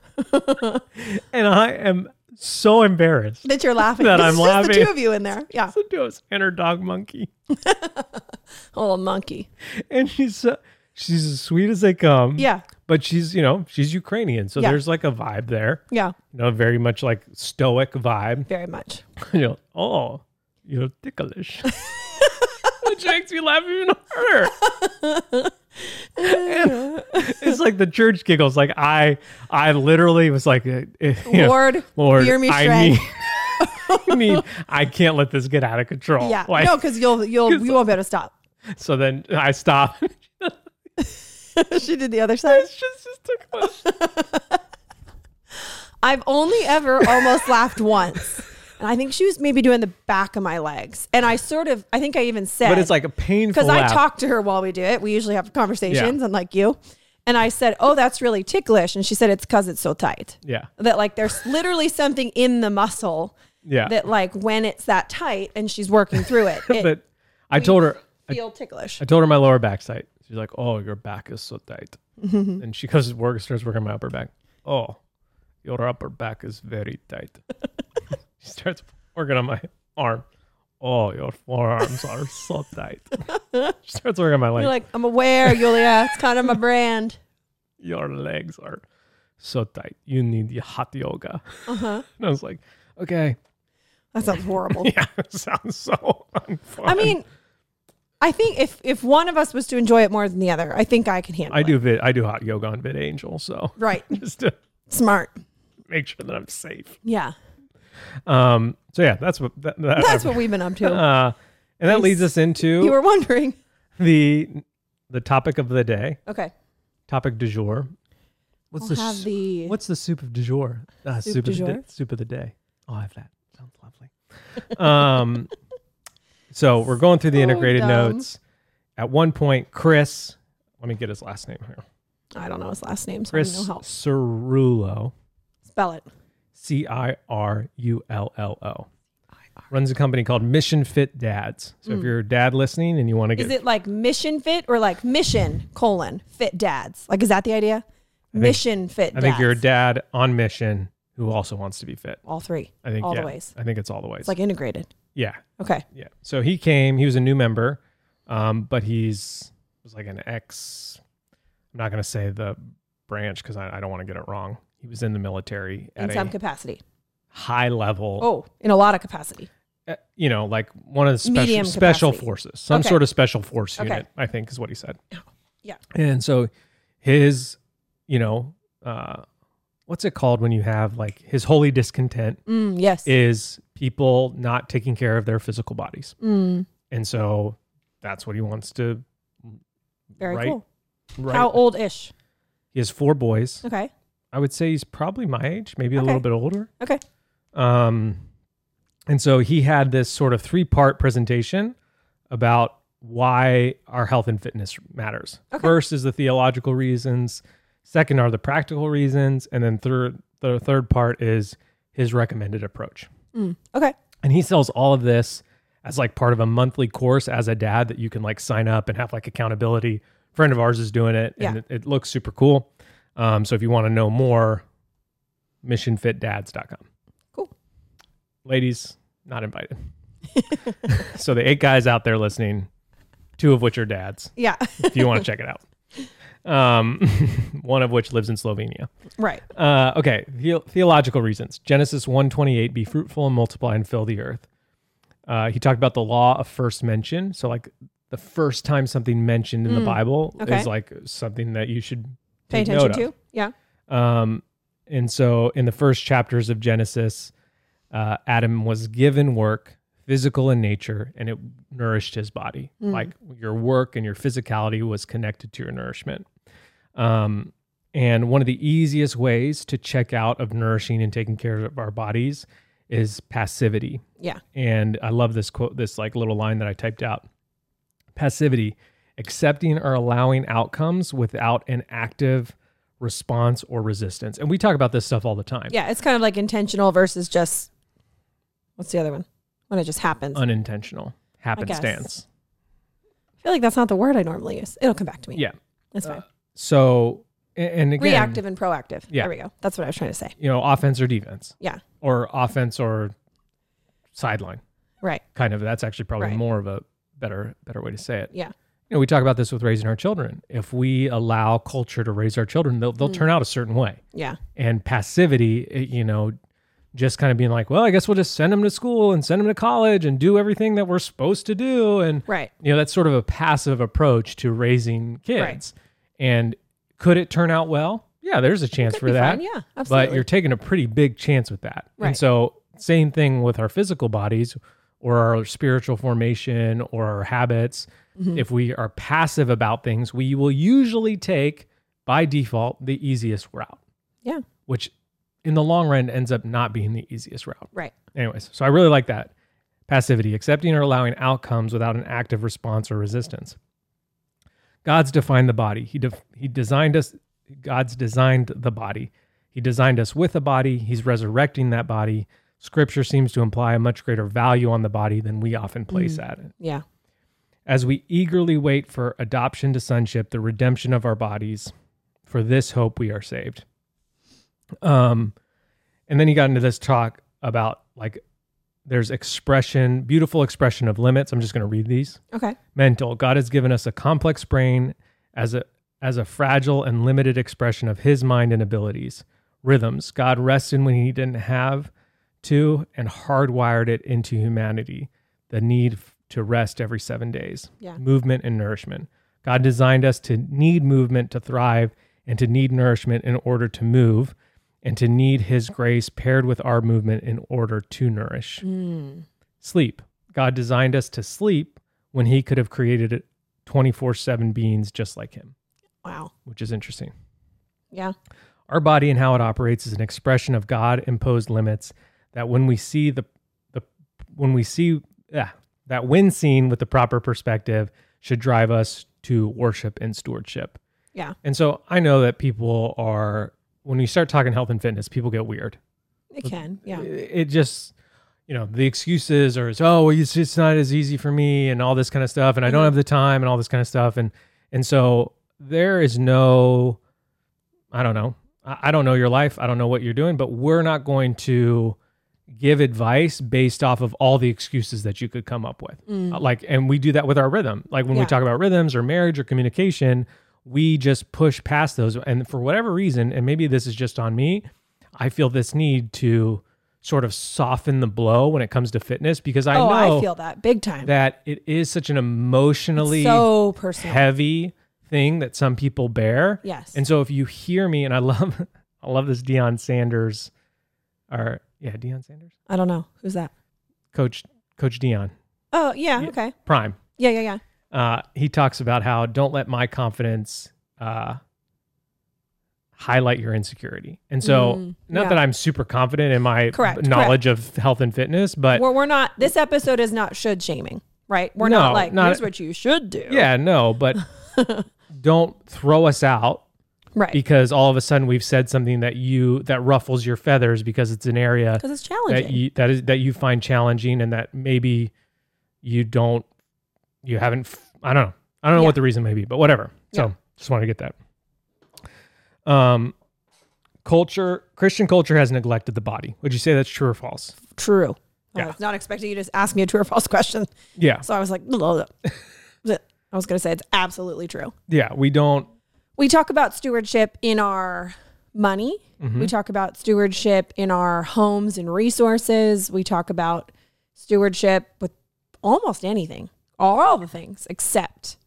and I am so embarrassed.
That you're laughing.
That
It's
I'm
just The
laughing.
two of you in there. Yeah.
Listen to us and her dog monkey.
Oh, monkey.
And she's uh, she's as sweet as they come.
Yeah.
But she's, you know, she's Ukrainian. So
Yeah.
there's like a vibe there.
Yeah.
You know, very much like stoic vibe.
Very much.
you know, <laughs> oh, you're ticklish. <laughs> Which makes me laugh even harder. And <laughs> it's like the church giggles. Like I, I literally was like, eh, eh, <laughs> you know,
Lord,
Lord,
hear me
I
shred. <laughs>
need, I need, I can't let this get out of control. <laughs>
Yeah.
Like,
no, because you'll
<laughs>
you'll you won't be able to stop. <laughs>
So then I stopped. <laughs>
she did the other side.
it's just, just too
<laughs>
much.
I've only ever almost laughed once. And I think she was maybe doing the back of my legs. And I sort of I think I even said
But it's like a painful.
because I
laugh.
talk to her while we do it. We usually have conversations unlike you. And I said, Oh, that's really ticklish. And she said, It's cause it's so tight.
Yeah.
That like there's literally something in the muscle
Yeah.
that like when it's that tight and she's working
<laughs>
through it, it
but I told her,
feel ticklish.
I told her my lower back tight. She's like, "Oh, your back is so tight."
<laughs>
And she goes to work, starts working my upper back. Oh, your upper back is very tight. <laughs> she starts working on my arm. Oh, your forearms are so
<laughs>
tight. she starts working on my leg.
You're like, I'm aware, Yulia. It's kind of my brand.
your legs are
Uh-huh.
<laughs> so tight. You need the hot yoga. And I was like, "Okay, <laughs>
That sounds horrible.
Yeah, it sounds so unfun.
I mean, I think if if one of us was to enjoy it more than the other, I think I could handle
I
it.
do vid, I do hot yoga on VidAngel, so <laughs>
Right.
just to
Smart.
make sure that I'm safe.
Yeah.
Um, so yeah, that's what that, that-
That's what we've been up
<laughs>
to.
uh, and that
Nice.
leads us into
You were wondering.
the the topic of the day,
Okay.
topic du jour. What's
I'll
the
have
s-
the
What's the soup of du jour? Uh,
Soup
soup
du
of the
jour?
day, soup of the day. I'll have that. Sounds lovely.
<laughs>
um, so we're going through the
So
integrated
dumb.
notes. At one point, Chris, let me get his last name here.
I don't know his last name, so I need
Chris
no help.
Cerullo,
Spell it.
C I R U L L O, runs a company called Mission Fit Dads. So if you're a dad listening and you want to get
Hmm. Is it like mission fit or like mission colon fit dads? Like is that the idea? Mission fit
I think you're a
dads.
dad on mission who also wants to be fit.
all three.
I think
all
yeah,
the ways.
I think it's all the ways.
It's like integrated.
yeah,
Okay.
yeah. So he came. He was a new member, um, but he's was like an ex. I'm not going to say the branch because I, I don't want to get it wrong. He was in the military
In
at
some
a
capacity.
high level.
Oh, in a lot of capacity.
uh, you know, like one of the
Medium
special, special
capacity.
forces, some
Okay.
sort of special force
Okay.
unit, I think is what he said.
Yeah.
And so his, you know, uh, what's it called when you have like his holy discontent
Mm, yes.
is people not taking care of their physical bodies.
Mm,
And so that's what he wants to
very
Right.
cool.
write.
How old ish?
He has four boys.
Okay.
I would say he's probably my age, maybe a
Okay.
little bit older.
Okay.
Um, and so he had this sort of three part presentation about why our health and fitness matters.
Okay.
First is the theological reasons, second are the practical reasons, and then third the third part is his recommended approach.
Mm, okay.
And he sells all of this as like part of a monthly course as a dad that you can like sign up and have like accountability. friend of ours is doing it and
Yeah.
it, it looks super cool. Um, so if you want to know more, missionfitdads.com.
Cool.
Ladies, not invited. <laughs> so the eight guys out there listening, two of which are dads,
Yeah. <laughs>
if you want to check it out. Um, <laughs> one of which lives in Slovenia.
right.
Uh, okay, the- theological reasons. Genesis one twenty eight: Be fruitful and multiply and fill the earth. Uh, he talked about the law of first mention. So, like the first time something mentioned in the
Mm,
Bible
okay.
is like something that you should
Pay
take
attention
note of.
to. Yeah.
Um, and so, in the first chapters of Genesis, uh, Adam was given work, physical in nature, and it nourished his body.
Mm.
Like your work and your physicality was connected to your nourishment. Um, and one of the easiest ways to check out of nourishing and taking care of our bodies is passivity.
Yeah.
And I love this quote, this like little line that I typed out. Passivity, accepting or allowing outcomes without an active response or resistance. And we talk about this stuff all the time.
Yeah. It's kind of like intentional versus just what's the other one? When it just happens.
Unintentional, happenstance.
I feel like that's not the word I normally use. It'll come back to me.
Yeah.
That's fine.
So, a- and again,
Reactive and proactive.
Yeah.
There we go. That's what I was trying to say.
you know, offense or defense.
Yeah.
Or offense or sideline.
Right.
Kind of. That's actually probably
Right.
more of a better better way to say it.
Yeah.
You know, we talk about this with raising our children. If we allow culture to raise our children, they'll they'll
Mm.
turn out a certain way.
Yeah.
and passivity, it- you know, just kind of being like, well, I guess we'll just send them to school and send them to college and do everything that we're supposed to do. And,
Right.
you know, that's sort of a passive approach to raising kids. And could it turn out well? Yeah, there's a chance
Could
for
be
that.
fine. Yeah. Absolutely.
but you're taking a pretty big chance with that.
Right.
And so, same thing with our physical bodies or our spiritual formation or our habits.
Mm-hmm.
If we are passive about things, we will usually take by default the easiest route
yeah.
which in the long run ends up not being the easiest route.
Right.
Anyways, so I really like that passivity, accepting or allowing outcomes without an active response or resistance. God's defined the body. He def- he designed us. God's designed the body. He designed us with a body. He's resurrecting that body. Scripture seems to imply a much greater value on the body than we often place at it.
Yeah.
As we eagerly wait for adoption to sonship, the redemption of our bodies, for this hope we are saved. Um, and then he got into this talk about like there's expression, beautiful expression of limits. I'm just going to read these.
Okay.
Mental. God has given us a complex brain as a as a fragile and limited expression of his mind and abilities. Rhythms. God rested when he didn't have to and hardwired it into humanity the need f- to rest every seven days,
Yeah.
movement and nourishment. God designed us to need movement to thrive and to need nourishment in order to move and to need his grace paired with our movement in order to nourish. Sleep. God designed us to sleep when he could have created 24 7 beings just like him,
Wow.
which is interesting.
Yeah.
Our body and how it operates is an expression of God imposed limits that when we see the the when we see yeah, that when seen with the proper perspective should drive us to worship and stewardship.
Yeah.
And so I know that people are when you start talking health and fitness, people get weird.
It can. Yeah.
It it just you know, the excuses are oh well it's just not as easy for me and all this kind of stuff and
Mm-hmm.
I don't have the time and all this kind of stuff and and so there is no I don't know. I I don't know your life. I don't know what you're doing, but we're not going to give advice based off of all the excuses that you could come up with. Uh, Like, and we do that with our rhythm. Like when we
Mm. Yeah.
talk about rhythms or marriage or communication, we just push past those. And for whatever reason, and maybe this is just on me, I feel this need to sort of soften the blow when it comes to fitness because I
oh,
know
I feel that big time.
that it is such an emotionally
so personal.
heavy thing that some people bear.
Yes.
And so if you hear me, and I love, <laughs> I love this Deion Sanders, or yeah, Deion Sanders,
I don't know who's that.
Coach Coach Deion
Oh yeah.
Yeah.
Okay.
Prime.
Yeah. Yeah. Yeah.
Uh, he talks about how don't let my confidence uh, highlight your insecurity. And so,
Mm,
not
yeah.
that I'm super confident in my
Correct,
knowledge of health and fitness, but
we're, we're not. This episode is not should shaming, right? We're
No,
not like
not-
here's what you should do.
yeah, no, but
<laughs>
don't throw us out
Right.
because all of a sudden we've said something that you that ruffles your feathers because it's an area
Because it's
that
challenging.
you that is that you find challenging and that maybe you don't you haven't f- I don't know. I don't know
Yeah.
what the reason may be, but whatever. So,
Yeah.
just want to get that. Um culture Christian culture has neglected the body. Would you say that's true or false?
True.
Yeah.
I was not expecting you to just ask me a true or false question.
Yeah.
So I was like, <laughs> "Blah, blah, blah." I was going to say it's absolutely true.
Yeah, we don't
We talk about stewardship in our money.
Mm-hmm.
We talk about stewardship in our homes and resources. We talk about stewardship with almost anything, all the things except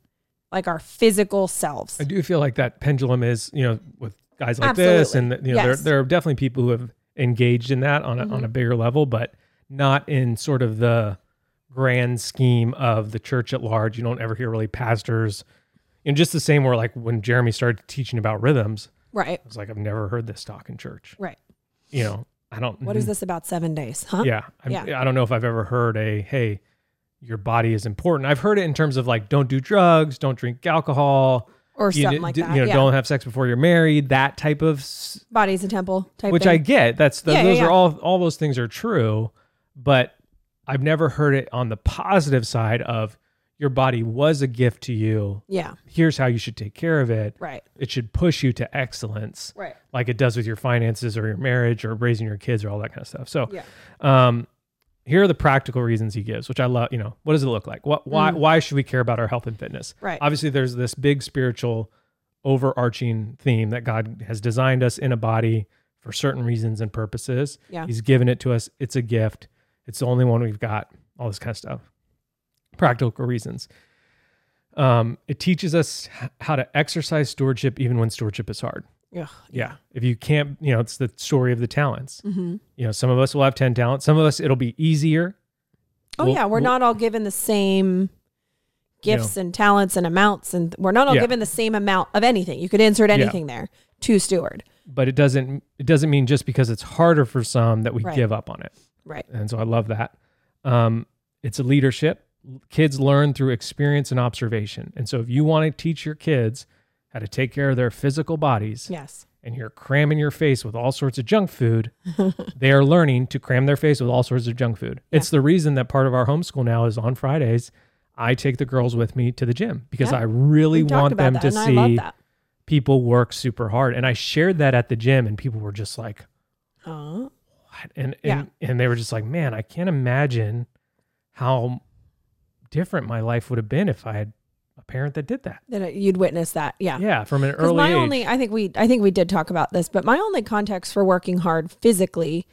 like our physical selves.
I do feel like that pendulum is, you know, with guys like this, and
Absolutely.
you know, there
Yes. Mm-hmm.
there are definitely people who have engaged in that on a, on a bigger level, but not in sort of the grand scheme of the church at large. You don't ever hear really pastors, and just the same where like when Jeremy started teaching about rhythms,
Right.
I was like, I've never heard this talk in church.
Right.
You know, I don't.
What is this about seven days? Huh?
Yeah, I'm,
Yeah.
I don't know if I've ever heard a hey, your body is important. I've heard it in terms of like don't do drugs, don't drink alcohol
Or
you d-
something like
d-
that.
You know,
yeah.
don't have sex before you're married. That type of, s-
Body's a temple type
which I
thing.
get. That's the,
Yeah, yeah,
those
yeah.
are all all those things are true, but I've never heard it on the positive side of your body was a gift to you.
Yeah.
Here's how you should take care of it.
Right.
It should push you to excellence,
Right.
like it does with your finances or your marriage or raising your kids or all that kind of stuff. So,
Yeah.
um, here are the practical reasons he gives, which I love. You know, what does it look like? What,
Mm.
why, why should we care about our health and fitness?
Right.
Obviously, there's this big spiritual, overarching theme that God has designed us in a body for certain reasons and purposes.
Yeah.
He's given it to us. It's a gift. It's the only one we've got. All this kind of stuff. Practical reasons. Um, it teaches us h- how to exercise stewardship even when stewardship is hard.
Yeah. Mm-hmm.
Yeah. If you can't, you know, it's the story of the talents. You know, some of us will have 10 talents. Some of us, it'll be easier.
Oh
We'll-
yeah, we're
we'll-
not all given the same
You know.
gifts and talents and amounts, and we're not all
Yeah.
given the same amount of anything. You could insert anything there to steward,
But it doesn't, it doesn't mean just because it's harder for some that we
Right.
give up on it.
right?
And so I love that. Um, it's a leadership. Kids learn through experience and observation. And so if you want to teach your kids how to take care of their physical bodies
Yes,
and you're cramming your face with all sorts of junk
<laughs>
food, they are learning to cram their face with all sorts of junk food. It's the reason that part of our homeschool now is on Fridays. I take the girls with me to the gym because
Yeah.
I really
We talked
want
about
them
that,
to
and I love
see
that.
people work super hard. And I shared that at the gym, and people were just like,
Uh,
"What?" And and, and they were just like, "Man, I can't imagine how different my life would have been if I had a parent that did that."
that you'd witness that, yeah.
Yeah, from an
Because
early
my
age.
only, I think we, I think we did talk about this, but my only context for working hard physically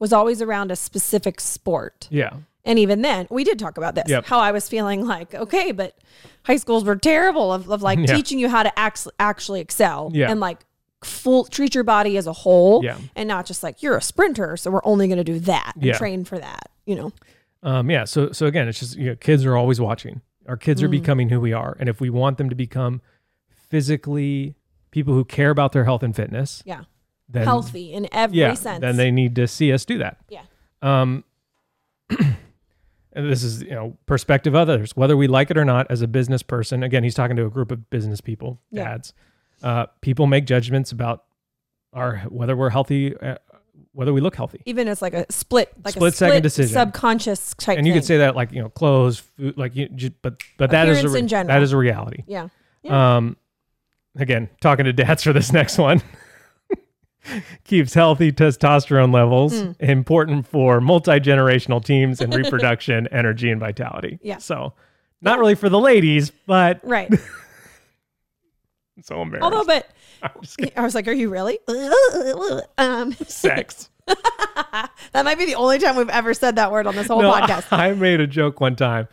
was always around a specific sport.
Yeah.
And even then, we did talk about this.
Yep.
How I was feeling like, okay, but high schools were terrible of, of
<laughs>
like
Yeah.
teaching you how to act, actually excel
Yeah.
and like full treat your body as a whole
Yeah.
and not just like you're a sprinter, so we're only going to do that and
Yeah.
train for that. You know,
Um, yeah. So so again, it's just you know, kids are always watching. Our
Mm.
kids are becoming who we are, and if we want them to become physically people who care about their health and fitness,
yeah,
then
healthy in every
yeah,
sense.
then they need to see us do that.
yeah,
Um, <clears throat> and this is you know perspective others, whether we like it or not. As a business person, again, he's talking to a group of business people,
Yeah.
dads. Uh, people make judgments about our whether we're healthy, uh, whether we look healthy.
even as like a split, like a
Split-second
split
decision.
subconscious type.
and you
thing.
could say that like you know clothes food like you ju- but but that is a
Appearance
re-
in general.
that is a reality
yeah,
um again talking to dads for this <laughs> next one keeps healthy testosterone levels
Hmm.
important for multi-generational teams and
<laughs>
reproduction energy and vitality
Yeah.
so not really for the ladies but <laughs>
right.
so embarrassed
Although, but
<laughs> I'm just
<laughs>
kidding.
I was like, are you really? um,
sex
that might be the only time we've ever said that word on this
<laughs>
whole
no, <laughs>
podcast.
I, I made a joke one time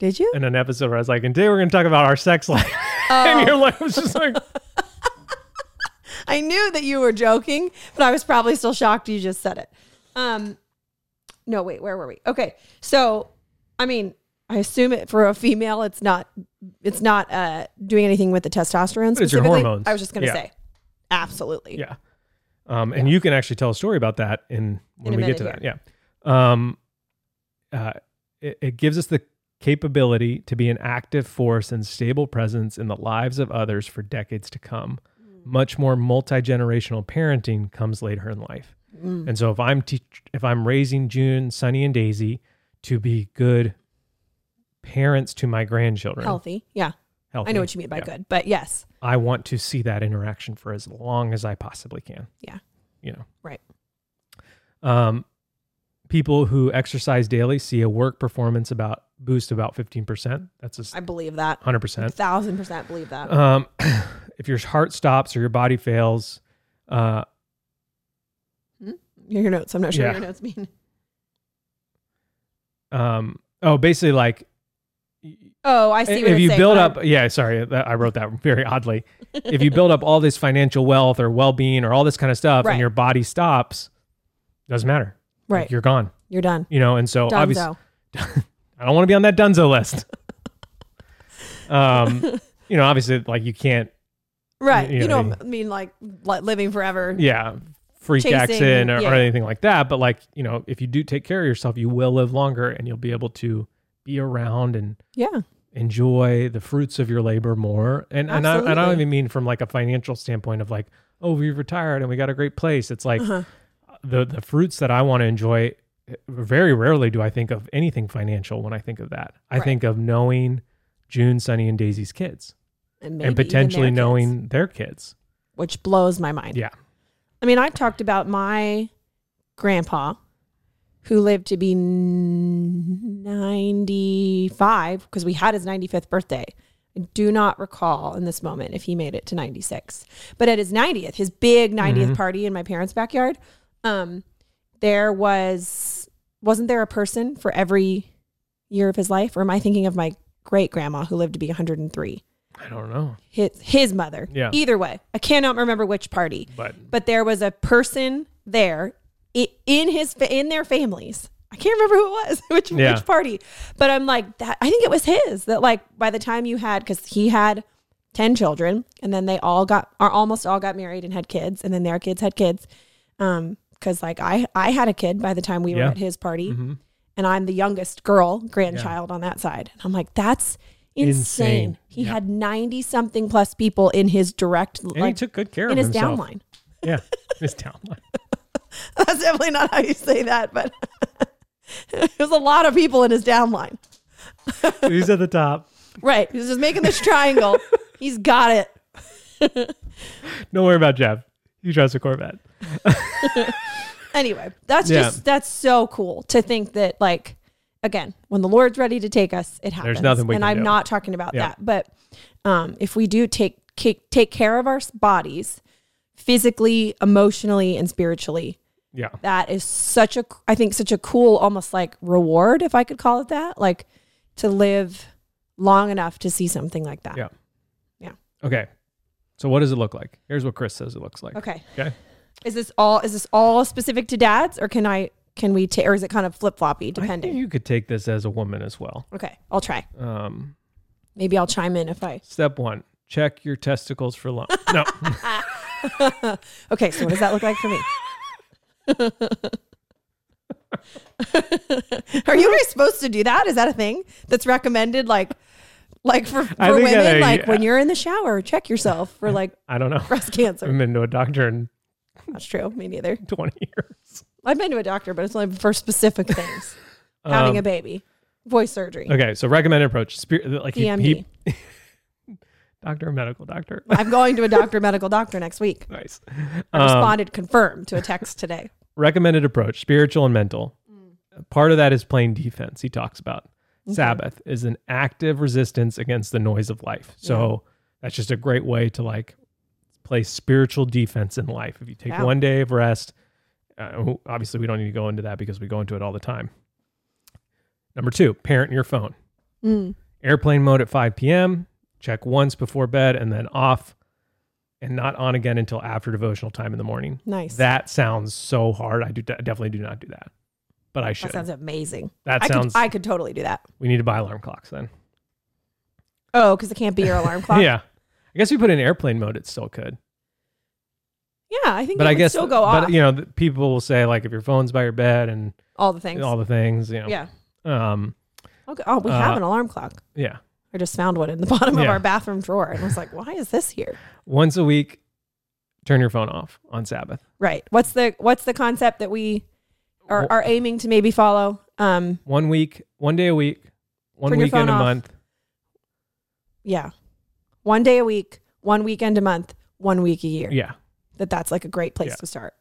Did you?
in an episode where i was like and today we're going to talk about our sex life <laughs>
Oh.
and your life was just like
I knew that you were joking, but I was probably still shocked you just said it. Um, no, wait, where were we? Okay, so I mean, I assume it for a female, it's not, it's not uh, doing anything with the testosterone.
But it's your
specifically.
hormones.
I was just gonna
Yeah.
say, absolutely.
Yeah. Um, and you can actually tell a story about that in when
In a
we get to
minute,
that. Yeah. Um, uh, it, it gives us the capability to be an active force and stable presence in the lives of others for decades to come.
Mm.
Much more multi-generational parenting comes later in life.
Mm.
And so if I'm teach- if I'm raising June, Sunny and Daisy to be good parents to my grandchildren.
Healthy. Yeah, I know what you mean by
yeah,
good, but yes,
I want to see that interaction for as long as I possibly can.
Yeah.
You know.
Right.
Um, people who exercise daily see a work performance about boost about fifteen percent. That's a
I believe that.
hundred percent.
Thousand percent believe that.
Um, <clears throat> if your heart stops or your body fails, uh,
your notes. I'm not sure
yeah.
what your notes mean.
um, oh, basically like
Oh, I see. What
if
it's
you
saying,
build
but I-
up, yeah, sorry, that- I wrote that very oddly. if you build up all this financial wealth or well-being or all this kind of stuff,
Right.
and your body stops, doesn't matter. Like,
right, you're,
you're gone.
done.
You know, and so obviously.
Dunzo.
I don't want to be on that Dunzo
<laughs>
list. um, you know, obviously, like you can't,
Right,
you
you
know,
don't mean like li- living forever.
yeah, freak
Chasing,
accident or,
yeah.
or anything like that. But like, you know, if you do take care of yourself, you will live longer and you'll be able to be around and
yeah.
enjoy the fruits of your labor more. And and I, and I don't
Absolutely.
even mean from like a financial standpoint of like, oh, we retired and we got a great place. It's like
Uh-huh.
the the fruits that I want to enjoy. eh, Very rarely do I think of anything financial when I think of that. I
Right.
think of knowing June, Sunny, and Daisy's kids,
maybe even
and
their
potentially
kids,
knowing their kids.
which blows my mind.
Yeah,
I mean, I've talked about my grandpa who lived to be 95 because we had his 95th birthday. I do not recall in this moment if he made it to 96. But at his 90th, his big 90th
Mm-hmm.
party in my parents' backyard, um there was wasn't there a person for every year of his life or am I thinking of my great grandma who lived to be 103?
I don't know,
his his mother.
Yeah.
Either way, I cannot remember which party,
but
but there was a person there i- in his fa- in their families. I can't remember who it was, <laughs> which
Yeah.
which party. But I'm like that. I think it was his that like by the time you had because he had ten children, and then they all got or almost all got married and had kids, and then their kids had kids. Um, because like I I had a kid by the time we were
Yeah. Mm-hmm.
at his party, and I'm the youngest girl grandchild on that side. And I'm like that's. Insane.
Insane.
He had 90 something plus people in his direct,
and he
like,
took good care of
in his
himself.
downline.
Yeah, his downline.
<laughs> That's definitely not how you say that, but <laughs> there's a lot of people in his downline.
He's at the top.
Right. He's just making this <laughs> triangle. He's got it.
Don't worry about Jeff. He drives a Corvette.
Anyway, that's
Yeah.
just that's so cool to think that like again, when the Lord's ready to take us, it happens.
nothing we
and
can
I'm
do.
not talking about
Yeah.
that, but um, if we do take ca- take care of our s- bodies physically, emotionally, and spiritually,
Yeah.
that is such a i think such a cool almost like reward if i could call it that like to live long enough to see something like that
Yeah. Okay. So what does it look like? Here's what Chris says it looks like.
okay
Okay.
is this all is this all specific to dads or can i can we ta- or is it kind of flip-floppy
I think
depending
you could take this as a woman as well.
okay i'll try
Um,
maybe i'll chime in if i
step one: check your testicles for lump. <laughs> no.
okay so what does that look like for me <laughs> are you guys supposed to do that is that a thing that's recommended like like for,
I
for
think
women
that I-
like when you're in the shower check yourself for like <laughs>
I don't know.
breast cancer
I've been to a doctor in
that's true me neither
20 years.
I've been to a doctor, but it's only for
<laughs>
specific things. Having a baby, voice surgery.
Um, Okay, so recommended approach. Spe- like he,
DMD.
he <laughs> doctor, or medical doctor. <laughs>
I'm going to a doctor, medical doctor next week.
nice.
I
Um,
responded confirmed to a text today.
recommended approach spiritual and mental part of that is playing defense he talks about sabbath is an active resistance against the noise of life so that's just a great way to like play spiritual defense in life if you take
Wow.
one day of rest uh, obviously we don't need to go into that because we go into it all the time number two parent your phone airplane mode at 5 p.m check once before bed and then off and not on again until after devotional time in the morning
Nice. That,
that sounds so hard. I do I definitely do not do that, but I should. That sounds.
sounds amazing. I could, I could totally do that.
we need to buy alarm clocks then.
Oh, because it can't be your
<laughs>
alarm clock.
Yeah, I guess we put in airplane mode. It still could,
Yeah, I think
but
it
I
would
guess
still go
But
off.
you know, the, people will say like if your phone's by your bed and
all the things.
all the things. You know,
yeah.
Um.
Okay. Oh, we have
Uh,
an alarm clock.
Yeah.
I just found one in the <laughs> bottom of
Yeah.
our bathroom drawer, and I was like, "Why is this here?"
Once a week, turn your phone off on Sabbath.
Right. What's the What's the concept that we are,
Well-
are aiming to maybe follow? Um.
One week, one day a week, one
Turn your
weekend
phone
a
off.
month.
Yeah. One day a week, one weekend a month, one week a year.
Yeah.
That that's like a great place
Yeah.
to start.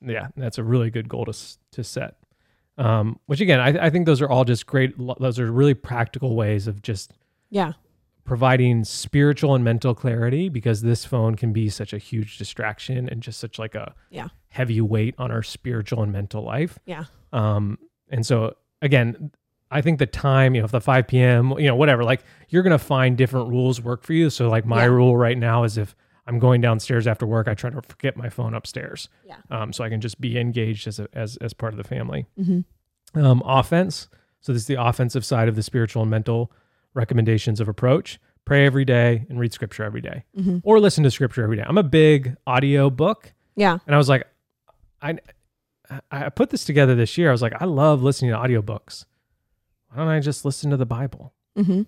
yeah, that's a really good goal to s- to set. Um, which again, I, I think those are all just great. lo- Those are really practical ways of just
Yeah.
providing spiritual and mental clarity because this phone can be such a huge distraction and just such like a
Yeah.
heavy weight on our spiritual and mental life.
Yeah.
Um, and so again, I think the time, you know, if the 5 p.m., you know, whatever, like you're going to find different rules work for you. So like my
Yeah.
rule right now is if I'm going downstairs after work, I try to forget my phone upstairs.
Yeah.
Um, so I can just be engaged as, a, as, as part of the family
Mm-hmm.
um, offense. So this is the offensive side of the spiritual and mental recommendations of approach. Pray every day and read scripture every day.
Mhm.
or listen to scripture every day. I'm a big audio book,
Yeah.
and I was like, I I put this together this year. I was like, I love listening to audiobooks. Why don't I just listen to the Bible?
Mm-hmm.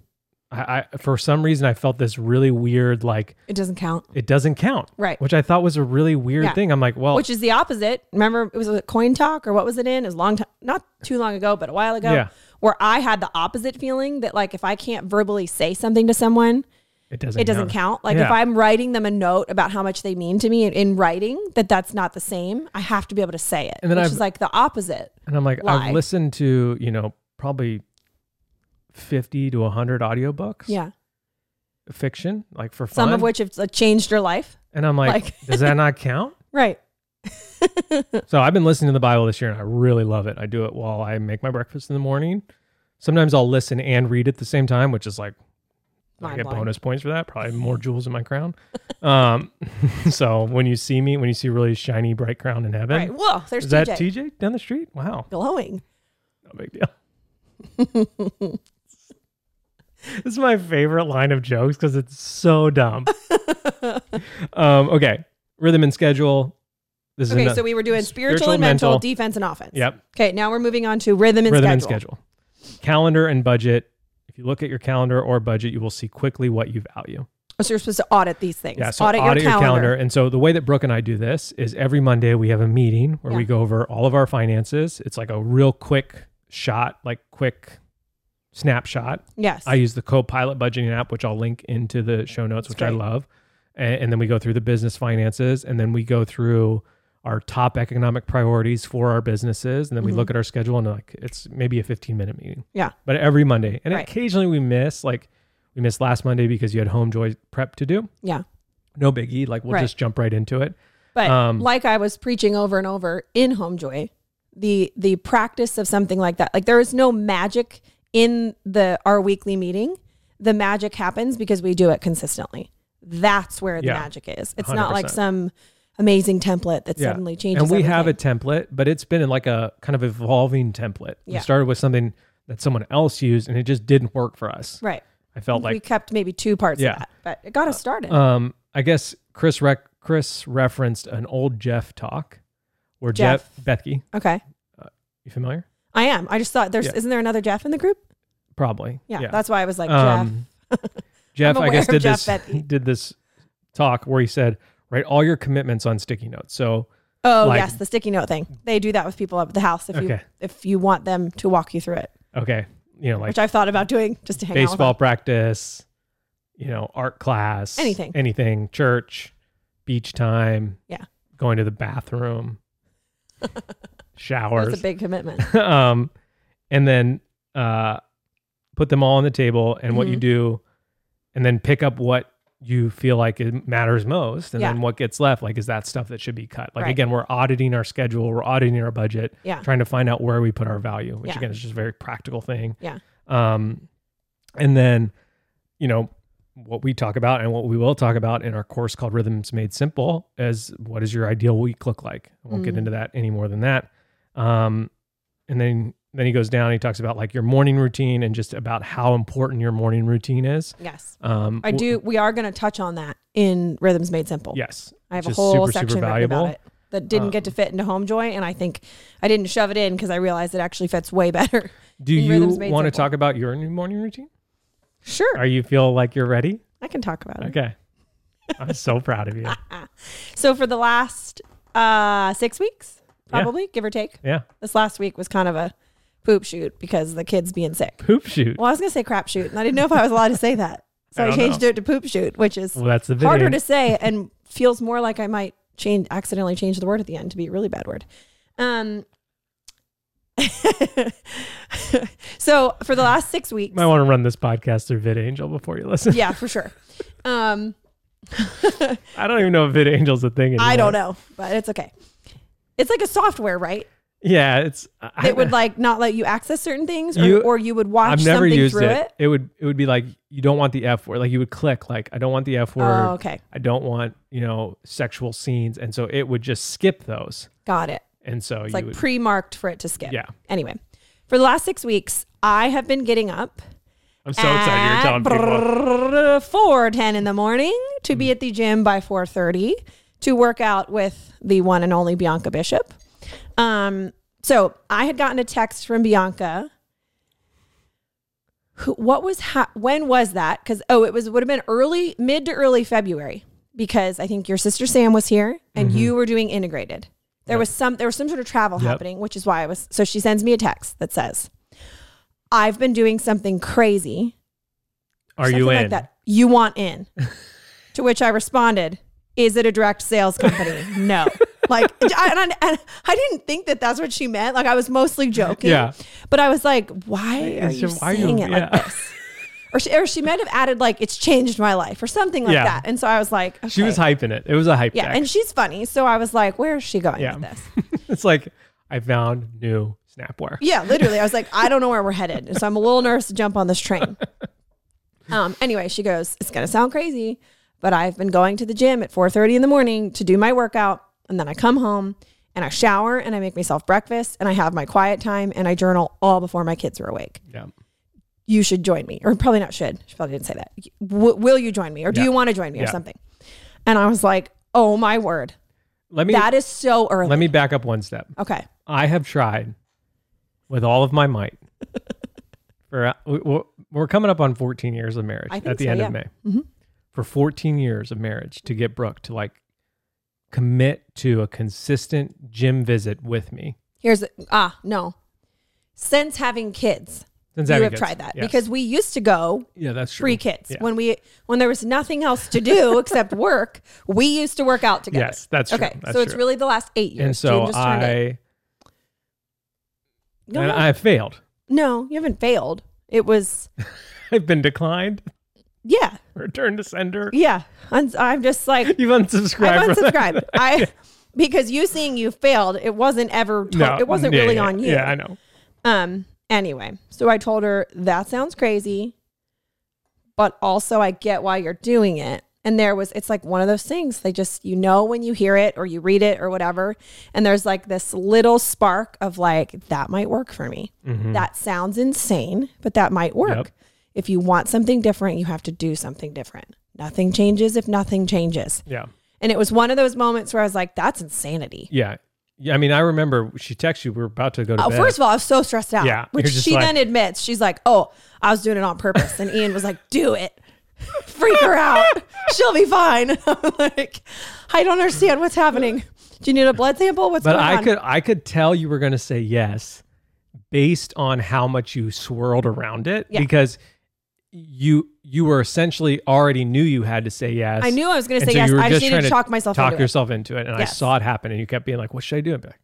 I, I for some reason I felt this really weird like
It doesn't count.
it doesn't count,
Right.
which I thought was a really weird
Yeah.
thing. I'm like, well,
Which is the opposite. Remember, it was a coin talk or what was it in? It was a long time, not too long ago, but a while ago,
Yeah.
where I had the opposite feeling that like if I can't verbally say something to someone,
it doesn't
it doesn't count. Like if
Yeah.
I'm writing them a note about how much they mean to me in, in writing, that that's not the same. I have to be able to say it,
And then
which
I've-
is like the opposite.
And I'm like,
Lie.
I've listened to you know probably fifty to hundred audiobooks,
Yeah.
fiction, like for fun,
Some of which have like, changed your life.
and I'm like,
like-
does that
<laughs>
not count?
Right.
So I've been listening to the Bible this year and I really love it. I do it while I make my breakfast in the morning. Sometimes I'll listen and read at the same time, which is like I get
Mind-blowing.
bonus points for that. Probably
<laughs>
more jewels in my crown. Um, <laughs> so when you see me, when you see really shiny bright crown in heaven,
Right. Whoa, there's
is that
TJ.
TJ down the street? Wow,
glowing.
no big deal. <laughs>
<laughs>
this is my favorite line of jokes because it's so
<laughs>
dumb. um, okay, rhythm and schedule. This is
Okay,
ano-
so we were doing spiritual,
Spiritual,
and mental,
mental.
defense and offense.
yep.
Okay, now we're moving on to rhythm and
rhythm
schedule.
and schedule. Calendar and budget. If you look at your calendar or budget, you will see quickly what you value.
So you're supposed to audit these things.
Yeah, so
audit, your, calendar.
And so the way that Brooke and I do this is every Monday we have a meeting where we
Yeah.
go over all of our finances. It's like a real quick shot, like quick snapshot.
Yes.
I use the Copilot budgeting app, which I'll link into the show notes, which I
great.
love. A- And, then we go through the business finances, and then we go through our top economic priorities for our businesses, and then
Mm-hmm.
we look at our schedule and like it's maybe a fifteen minute meeting.
Yeah.
but every Monday, and
Right.
occasionally we miss. Like we missed last Monday because you had home joy prep to do.
yeah.
No biggie. Like we'll
Right.
just jump right into it.
But, But
Um,
like I was preaching over and over in Homejoy, the the practice of something like that, like there is no magic in the our weekly meeting. The magic happens because we do it consistently. That's where the
Yeah.
magic is. It's not like
100%.
some amazing template that
Yeah.
suddenly changes.
And we have a
everything.
template, but it's been in like a kind of evolving template. We
Yeah.
started with something that someone else used and it just didn't work for us.
right.
I felt
we
like
kept maybe two parts
Yeah.
of that, but it got us started.
um I guess Chris rec- Chris referenced an old Jeff talk where Jeff,
Jeff.
Becky,
okay,
you familiar?
I am. I just thought there's
Yeah.
isn't there another Jeff in the group?
Probably.
Yeah, that's why I was like Jeff.
Um, <laughs> Jeff,
I'm
I guess,
aware
did
of Jeff
this
Bettany.
<laughs> did this talk where he said, "Write all your commitments on sticky notes." So
Oh
like-
yes, the sticky note thing. They do that with people up at the house if you
Okay.
if you want them to walk you through it,
okay, you know, like
which I've thought about doing just to hang out.
baseball
With them.
practice, you know, art class,
Anything.
anything, church, beach time,
Yeah.
going to the
<laughs>
bathroom, showers,
That's a
<laughs>
big commitment.
um, and then uh, put them all on the table and what you
Mm-hmm.
do, and then pick up what you feel like it matters most, and
Yeah.
then what gets left. Like, is that stuff that should be cut? Like
Right.
again, we're auditing our schedule, we're auditing our budget,
Yeah.
trying to find out where we put our value, which
Yeah.
again is just a very practical thing.
Yeah.
Um, and then, you know. What we talk about and what we will talk about in our course called Rhythms Made Simple is what does your ideal week look like? I won't get
Mm.
into that any more than that. Um, and then then he goes down and he talks about like your morning routine and just about how important your morning routine is
Yes,
um
I
w-
do. We are going to touch on that in Rhythms Made Simple.
yes
I have a
which is
whole
super, super
section written about
valuable. Uh,
it that didn't get to fit into Home Joy, and I think I didn't shove it in because I realized it actually fits way <laughs> better.
do
in
you
Rhythms Made
want to
Simple.
talk about your new morning routine
Sure, Mm.
are you feel like you're ready
I can talk about it.
okay i'm so proud
<laughs>
of you
So for the last uh, six weeks,
Yeah.
probably give or take,
yeah
this last week was kind of a poop shoot because the kids being sick.
poop shoot
Well, I was gonna say crap shoot, and I didn't know if I was allowed to
<laughs>
say that, so
I
I,
don't
changed
know.
it to poop shoot, which is
well that's the video
harder to say and feels more like I might change accidentally change the word at the end to be a really bad word. Um. <laughs> so for the last six weeks,
<laughs> might want to run this podcast through VidAngel before you listen. <laughs>
yeah, for sure. Um,
I don't even know if VidAngel's a thing. Anymore.
I don't know, but it's okay. It's like a software, right?
Yeah, it's. I,
It would like not let you access certain things, or
You-
you, or you would
<laughs>
watch
I've never
something
used
through
it.
it.
it. would. It would be like you don't want the F word. Like you would click like I don't want the F word.
Oh, okay,
I don't want, you know, sexual scenes. And so it would just skip those.
got it.
And so
It's
you
like
would,
pre marked for it to skip.
yeah.
Anyway, for the last six weeks, I have been getting up
I'm so excited
Ah,
you're telling people. Mm-hmm.
at four ten in the morning to be at the gym by four thirty to work out with the one and only Bianca Bishop. Um, so I had gotten a text from Bianca. Who, what was ha- when was that? Because oh, it was would have been early mid to early February because I think your sister Sam was here and you were doing integrated. There was some there was some sort of travel
Yep.
happening, which is why I was. So she sends me a text that says, "I've been doing something crazy
Are
something
you in?
Like that. You want in. to which I responded, "Is it a direct
<laughs>
sales company? no." Like, I, and I, and I didn't think that that's what she meant. Like, I was mostly joking.
Yeah.
But I was like, "Why are
It's
you
just- why are
saying
you-
it
yeah. <laughs>
like this?" Or she, or she might have added like, "It's changed my life" or something like
Yeah.
that. And so I was like,
She was
okay.
hyping it. It was a hype
Yeah,
yeah,
and she's funny, so I was like, "Where is she going
Yeah.
with this?"
<laughs> it's like I found new snapware.
Yeah, literally. I was like, I don't know where we're headed. And so I'm a little nervous to jump on this
<laughs>
train. Um, anyway, she goes, It's gonna sound crazy, but I've been going to the gym at 4:30 in the morning to do my workout, and then I come home and I shower and I make myself breakfast and I have my quiet time and I journal all before my kids are awake.
Yeah.
You should join me, or probably not should. She probably didn't say that. W- will you join me, or do
Yeah.
you want to join me, or
Yeah.
something? And I was like, Oh my word,
Let me
that is so early.
let me back up one step.
okay,
I have tried with all of my
<laughs>
might. for we- we're- we're coming up on 14 years of marriage
I think
at the
so,
end
yeah. Mm-hmm.
of May. For 14 years of marriage to get Brooke to like commit to a consistent gym visit with me.
here's ah no. Since having kids,
Since
you
having
have
kids.
tried that
Yes.
because we used to go
yeah, that's true.
free kids
Yeah.
when we when there was nothing else
<laughs>
to do except work. We used to work out together.
Yes, that's true.
okay.
That's
so it's
true.
really the last eight years.
and so
June just turned eight.
I
Go
and
ahead.
I failed. <laughs>
no, you haven't failed. It was
I've been declined. <laughs>
yeah,
return to
<laughs>
sender.
Yeah. Uns- I'm just
<laughs>
like,
You've unsubscribed.
I've
from that.
unsubscribed. I because you seeing you failed, it wasn't ever.
<laughs>
To-
No,
it wasn't
yeah,
really
yeah,
on you.
Yeah, I know.
Um. Anyway, so I told her that sounds crazy, but also I get why you're doing it. And there was, it's like one of those things. They just, you know, when you hear it or you read it or whatever, and there's like this little spark of like that might work for me.
Mhm.
That sounds insane, but that might work.
Yep.
If you want something different, you have to do something different. Nothing changes if nothing changes.
Yeah.
And it was one of those moments where I was like, that's insanity.
Yeah. Yeah. I mean, I remember she texted you. We were about to go to
Oh,
bed.
first of all, I was so stressed out.
Yeah,
Which
you're just
she
like-
then admits. She's like, oh, I was doing it on purpose. And Ian was like, do it. <laughs> Freak her out. She'll be fine. <laughs> I'm like, I don't understand what's happening. Do you need a blood sample? What's
but
going
I
on?
could I could tell you were going to say yes based on how much you swirled around it
Yeah.
because you you were essentially already knew you had to say yes.
I knew I was going to
And
say
so
yes.
you were
I just
just
needed
trying
to
to
talk myself
talk
into it.
yourself into it, and I
Yes.
saw it happen, and you kept being like, "What should I do?" I'm like,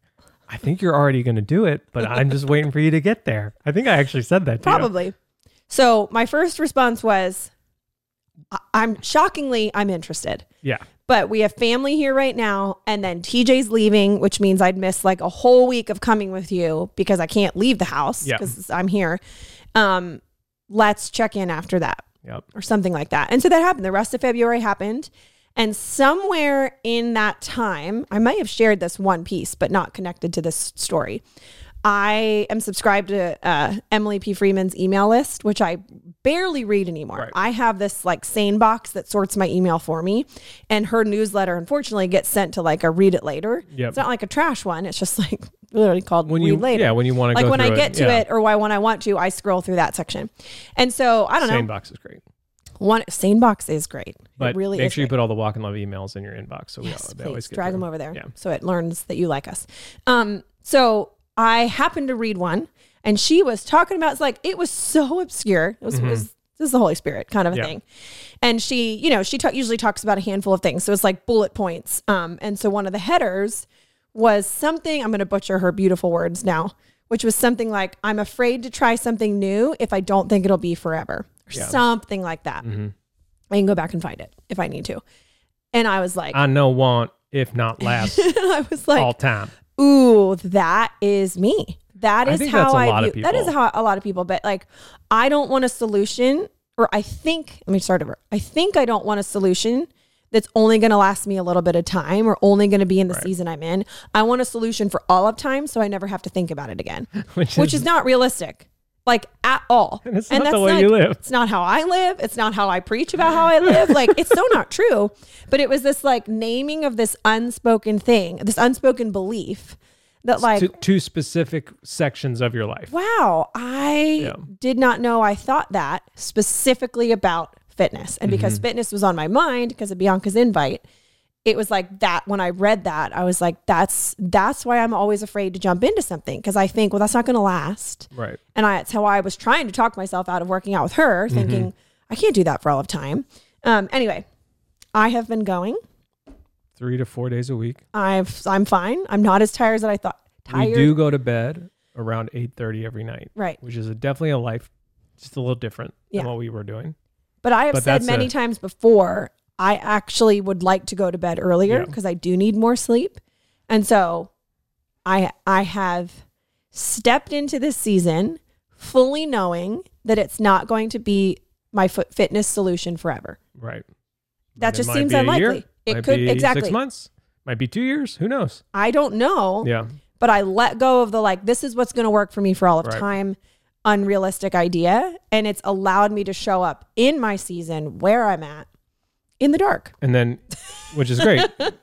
"I think you're already going to do it, but I'm just waiting for you to get there." I think I actually said that to you.
Probably. So my first response was, I- I'm shockingly, I'm interested.
Yeah,
but we have family here right now and then TJ's leaving which means I'd miss like a whole week of coming with you because I can't leave the house
Yeah.
because I'm here um let's check in after that
yep,
or something like that and so that happened the rest of February happened and somewhere in that time I might have shared this one piece but not connected to this story I am subscribed to uh, Emily P. Freeman's email list, which I barely read anymore.
Right.
I have this like sane box that sorts my email for me, and her newsletter unfortunately gets sent to like a read it later.
Yep.
It's not like a trash one; it's just like <laughs> literally called
When
read
you-
later.
yeah, when you wanna
like
go
when I
through it,
get to
yeah.
it or why when I want to, I scroll through that section. And so I don't
same
know.
box is great,
One sane box is great.
but
it really
make
is
sure you
great.
put all the walk and love emails in your inbox so we all, they always
Please
get
drag
through.
them over there
Yeah.
so it learns that you like us. Um, so I happened to read one, and she was talking about it's like it was so obscure. It was, it was this is the Holy Spirit kind of a
Mm-hmm. Yeah.
thing, and she you know she ta- usually talks about a handful of things, so it's like bullet points. Um, and so one of the headers was something I'm going to butcher her beautiful words now, which was something like I'm afraid to try something new if I don't think it'll be forever or
Yeah. Mm-hmm.
something like that. I can go back and find it if I need to. And I was like,
I know want if
<laughs>
not last
and I was like,
all time.
ooh, that is me. That
I
is
think
how
that's a
I
lot
view.
of
That is
people.
how a lot of people. But like, I don't want a solution, or I think. Let me start over. I think I don't want a solution that's only going to last me a little bit of time, or only going to be in the season I'm in. I want a solution for all of time, so I never have to think about it again,
Which,
which is not realistic. Like at all,
And <laughs> it's not the way you live.
It's not how I live. It's not how I preach about how I live. Like it's so not true. But it was this like naming of this unspoken thing, this unspoken belief that like
to, to specific sections of your life.
wow, I
Yeah.
did not know I thought that specifically about fitness. And
Mm-hmm.
because fitness was on my mind because of Bianca's invite, it was like that when I read that, I was like, that's that's why I'm always afraid to jump into something. Cause I think, well, that's not gonna last.
Right.
And I, it's how I was trying to talk myself out of working out with her, thinking, I can't do that for all of time. Um, anyway, I have been going.
Three to four days a week.
I've, I'm fine. I'm not as tired as I thought. Tired.
We do go to bed around 8:30 every night,
Right.
which is a, definitely a life just a little different
Yeah.
than what we were doing.
But I have
But
said
that's
many
a-
times before, I actually would like to go to bed earlier
Yeah.
because I do need more sleep. And so I I have stepped into this season fully knowing that it's not going to be my foot fitness solution forever.
Right.
That
It
just
might
seems
be a year,
unlikely. It
might
could
be
exactly.
six months. Might be two years. Who knows?
I don't know,
Yeah.
but I let go of the like this is what's going to work for me for all of
Right.
time unrealistic idea and it's allowed me to show up in my season where I'm at in the dark.
And then, which is great. and,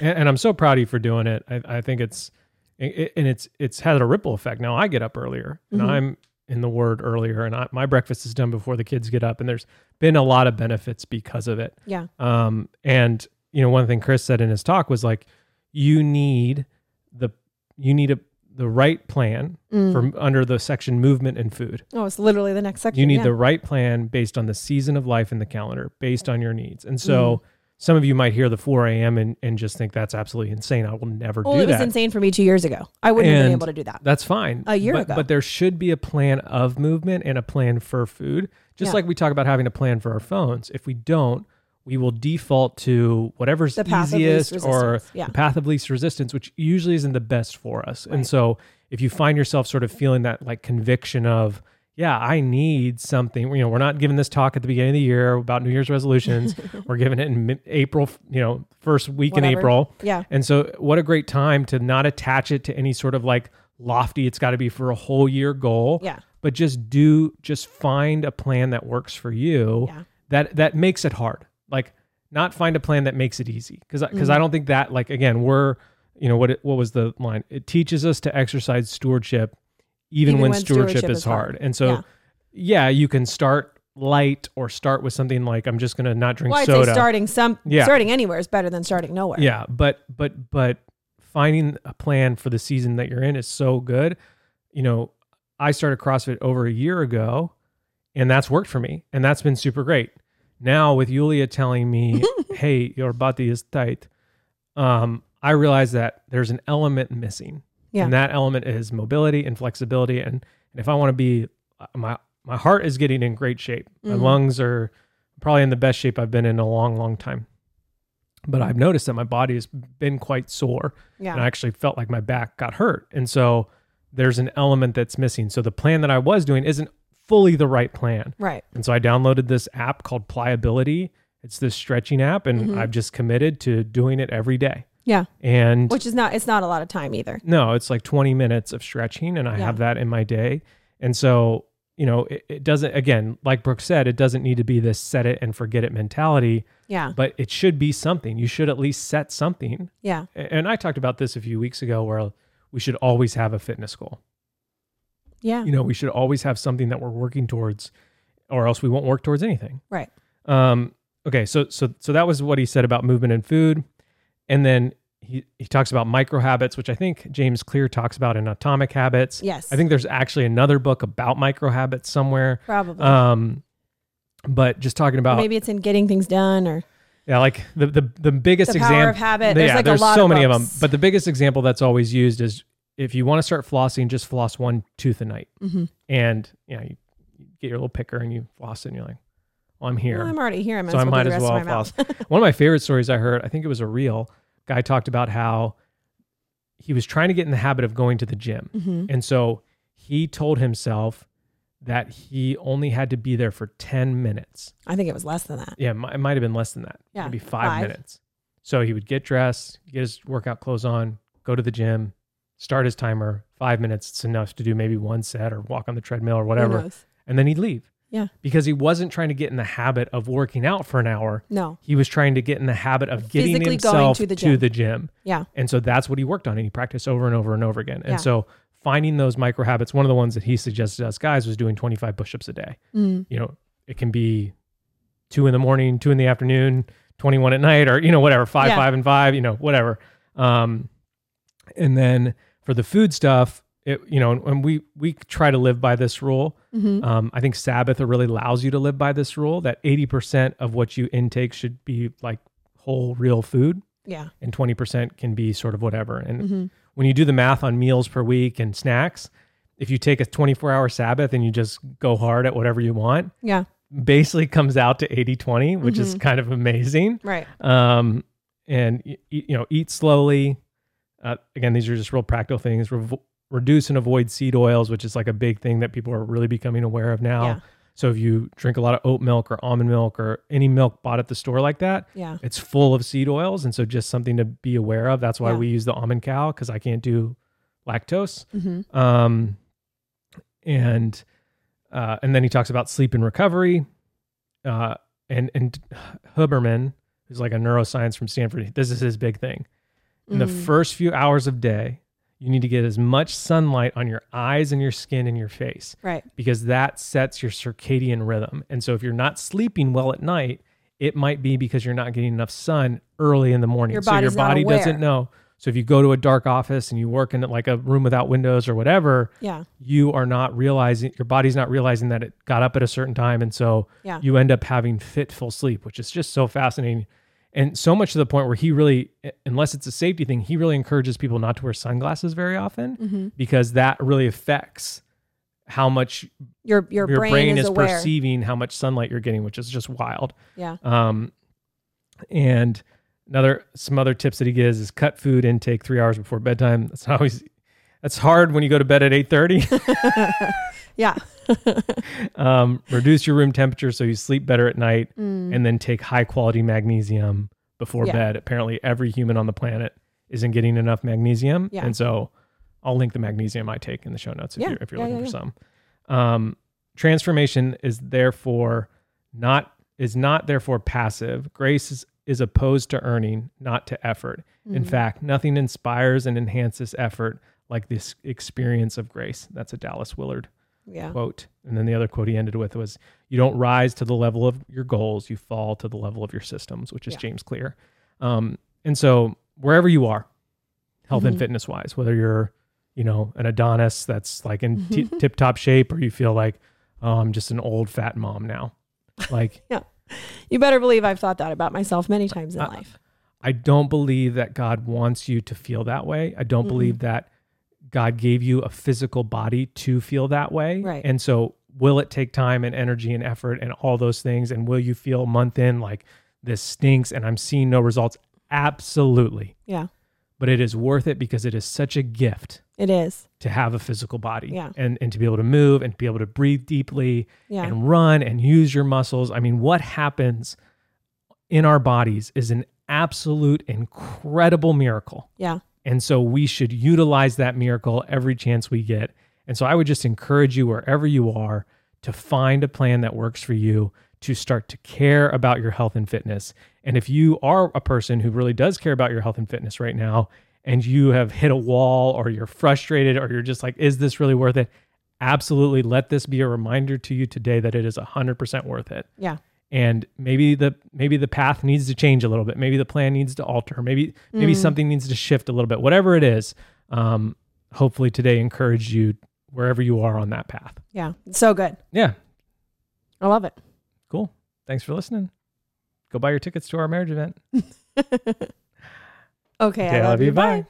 and I'm so proud of you for doing it. I, I think it's it, and it's it's had a ripple effect. Now I get up earlier and I'm in the word earlier, and I, my breakfast is done before the kids get up. And there's been a lot of benefits because of it.
Yeah.
Um, and you know, one thing Chris said in his talk was like, you need the you need a the right plan for under the section movement and food.
Oh, it's literally the next section.
You need
yeah.
the right plan based on the season of life in the calendar, based on your needs. And so
Mm-hmm.
some of you might hear the 4 a.m. And, and just think that's absolutely insane. I will never
Well,
do
it was
that.
insane for me two years ago. I wouldn't have been
And
able to do that.
That's fine.
A year
but,
ago.
But there should be a plan of movement and a plan for food Just
Yeah.
like we talk about having a plan for our phones. If we don't, we will default to whatever's
The path of least
easiest or
resistance. Yeah.
the path of least resistance, which usually isn't the best for us. And so if you find yourself sort of feeling that like conviction of, yeah, I need something. You know, we're not giving this talk at the beginning of the year about New Year's
<laughs>
resolutions. we're giving it in mid- April, you know, first week in
Whatever.
April.
Yeah.
And so, what a great time to not attach it to any sort of like lofty, it's got to be for a whole year goal.
Yeah.
But just do, just find a plan that works for you
Yeah.
that, that makes it hard. Like, not find a plan that makes it easy. Cause, I- cause I don't think that, like, again, we're, you know, what, it, what was the line? It teaches us to exercise stewardship even, when, stewardship, is, hard. And so,
Yeah.
yeah. you can start light or start with something like, I'm just going to not drink
Well, I'd
soda.
say starting some
Yeah.
starting anywhere is better than starting nowhere.
Yeah, but but but finding a plan for the season that you're in is so good. You know, I started CrossFit over a year ago, and that's worked for me, and that's been super great. Now with Yulia telling
<laughs>
me, "Hey, your body is tight," um, I realize that there's an element missing,
Yeah.
and that element is mobility and flexibility. And, and if I want to be, uh, my my heart is getting in great shape. My
Mhm.
lungs are probably in the best shape I've been in a long, long time. But I've noticed that my body has been quite sore
Yeah.
and I actually felt like my back got hurt. And so there's an element that's missing. So the plan that I was doing isn't fully the right plan.
right.
And so I downloaded this app called Pliability. It's this stretching app, and
Mm-hmm.
I've just committed to doing it every day.
Yeah.
And
Which is not it's not a lot of time either.
no, it's like 20 minutes of stretching, and I
Yeah.
have that in my day. And so, you know, it, it doesn't, again, like Brooke said, it doesn't need to be this set it and forget it mentality,
Yeah.
but it should be something. You should at least set something.
Yeah.
A- And I talked about this a few weeks ago where we should always have a fitness goal.
Yeah.
You know, we should always have something that we're working towards, or else we won't work towards anything.
Right.
Um, okay, so so so that was what he said about movement and food, and then he he talks about micro habits, which I think James Clear talks about in Atomic Habits.
Yes.
I think there's actually another book about micro habits somewhere.
Probably.
Um, but just talking about
Maybe it's in getting things done or
yeah, like the the the biggest
The Power
example
of Habit. There's, like, a lot
so
of
many of them,
books.
but the biggest example that's always used is if you want to start flossing, just floss one tooth a night,
Mhm.
and you know you get your little picker and you floss it, and you're like, well, I'm here
Well, I'm already here. I might
so
as
I
well
might
do the
as
rest
well
of my mouth.
floss.
<laughs>
One of my favorite stories I heard, I think it was a real guy talked about how he was trying to get in the habit of going to the gym.
Mm-hmm.
And so he told himself that he only had to be there for 10 minutes.
I think it was less than that.
Yeah, it mi- it might have been less than that.
Yeah,
Maybe five,
five.
minutes. So he would get dressed, get his workout clothes on, go to the gym, start his timer. Five minutes, it's enough to do maybe one set or walk on the treadmill or
Who
whatever.
knows?
And then he'd leave.
Yeah.
Because he wasn't trying to get in the habit of working out for an hour
No.
he was trying to get in the habit of getting
Physically going
himself
to
to
the
the,
gym.
gym.
Yeah.
And so that's what he worked on and he practiced over and over and over again. And
Yeah.
so finding those micro habits, one of the ones that he suggested us guys was doing 25 push-ups a day.
Mm.
You know, it can be two in the morning, two in the afternoon, 21 at night, or, you know, whatever, five,
Yeah.
five and five, you know, whatever. Um, and then for the food stuff, it, you know, and, and we, we try to live by this rule.
hmm
Um, I think Sabbath really allows you to live by this rule that 80% of what you intake should be like whole, real food,
Yeah.
and 20% can be sort of whatever. And
Mhm.
when you do the math on meals per week and snacks, if you take a 24 hour Sabbath and you just go hard at whatever you want,
Yeah.
basically comes out to 80 20, which
Mm-hmm.
is kind of amazing.
Right.
Um, and, y- y- you know, eat slowly. Uh, again, these are just real practical things. Revo- reduce and avoid seed oils, which is like a big thing that people are really becoming aware of now.
Yeah.
So if you drink a lot of oat milk or almond milk or any milk bought at the store like that,
Yeah.
it's full of seed oils. And so just something to be aware of. That's why
Yeah.
we use the almond cow because I can't do lactose.
hmm
Um, and uh, and then he talks about sleep and recovery. Uh, and and Huberman, who's like a neuroscience from Stanford, this is his big thing. In the first few hours of day, you need to get as much sunlight on your eyes and your skin and your face
Right.
because that sets your circadian rhythm. And so if you're not sleeping well at night, it might be because you're not getting enough sun early in the morning.
Your
so your
body's not
body
aware.
doesn't know. So if you go to a dark office and you work in like a room without windows or whatever,
Yeah.
you are not realizing your body's not realizing that it got up at a certain time and so
Yeah.
you end up having fitful sleep which is just so fascinating and so much to the point where he really unless it's a safety thing
Mm.
he really encourages people not to wear sunglasses very often because that really affects how much
Your your,
your
brain,
brain,
is,
is,
aware.
perceiving how much sunlight you're getting, which is just wild.
Yeah.
Um, and another some other tips that he gives is cut food intake three hours before bedtime. That's not always that's hard when you go to bed at eight thirty.
<laughs>
<laughs>
Yeah. <laughs>
um, reduce your room temperature so you sleep better at night,
Mm.
and then take high quality magnesium before
Yeah.
bed. Apparently, every human on the planet isn't getting enough magnesium,
Yeah.
and so I'll link the magnesium I take in the show notes if
Yeah.
you're if you're
Yeah,
looking
yeah,
for some. Um, transformation is therefore not is not therefore passive. Grace is, is opposed to earning, not to effort.
Mm.
In fact, nothing inspires and enhances effort like this experience of grace. That's a Dallas Willard
Yeah.
quote. And then the other quote he ended with was, "You don't rise to the level of your goals; you fall to the level of your systems," which is
Yeah.
James Clear. Um, and so, wherever you are, health and
Mhm.
fitness wise, whether you're, you know, an Adonis that's like
<laughs>
in t- tip top shape, or you feel like, oh, I'm just an old fat mom now. Like,
You better believe I've thought that about myself many times in
Uh,
life.
I don't believe that God wants you to feel that way. I don't
Mm-mm.
believe that God gave you a physical body to feel that way.
Right.
And so, will it take time and energy and effort and all those things? And will you feel a month in like this stinks and I'm seeing no results? Absolutely.
Yeah.
But it is worth it because it is such a gift
It is.
to have a physical body
Yeah.
and, and to be able to move and be able to breathe deeply
Yeah.
and run and use your muscles. I mean, what happens in our bodies is an absolute incredible miracle.
yeah.
And so we should utilize that miracle every chance we get. And so I would just encourage you, wherever you are, to find a plan that works for you, to start to care about your health and fitness. And if you are a person who really does care about your health and fitness right now, and you have hit a wall, or you're frustrated, or you're just like, is this really worth it? Absolutely. Let this be a reminder to you today that it is 100% worth it
Yeah.
and maybe the maybe the path needs to change a little bit maybe the plan needs to alter maybe maybe
Mm.
something needs to shift a little bit whatever it is um hopefully today encourage you wherever you are on that path
Yeah. It's so good.
yeah
I love it. <laughs>
cool thanks for listening go buy your tickets to our marriage event
Okay.
Okay,
I love you. Bye.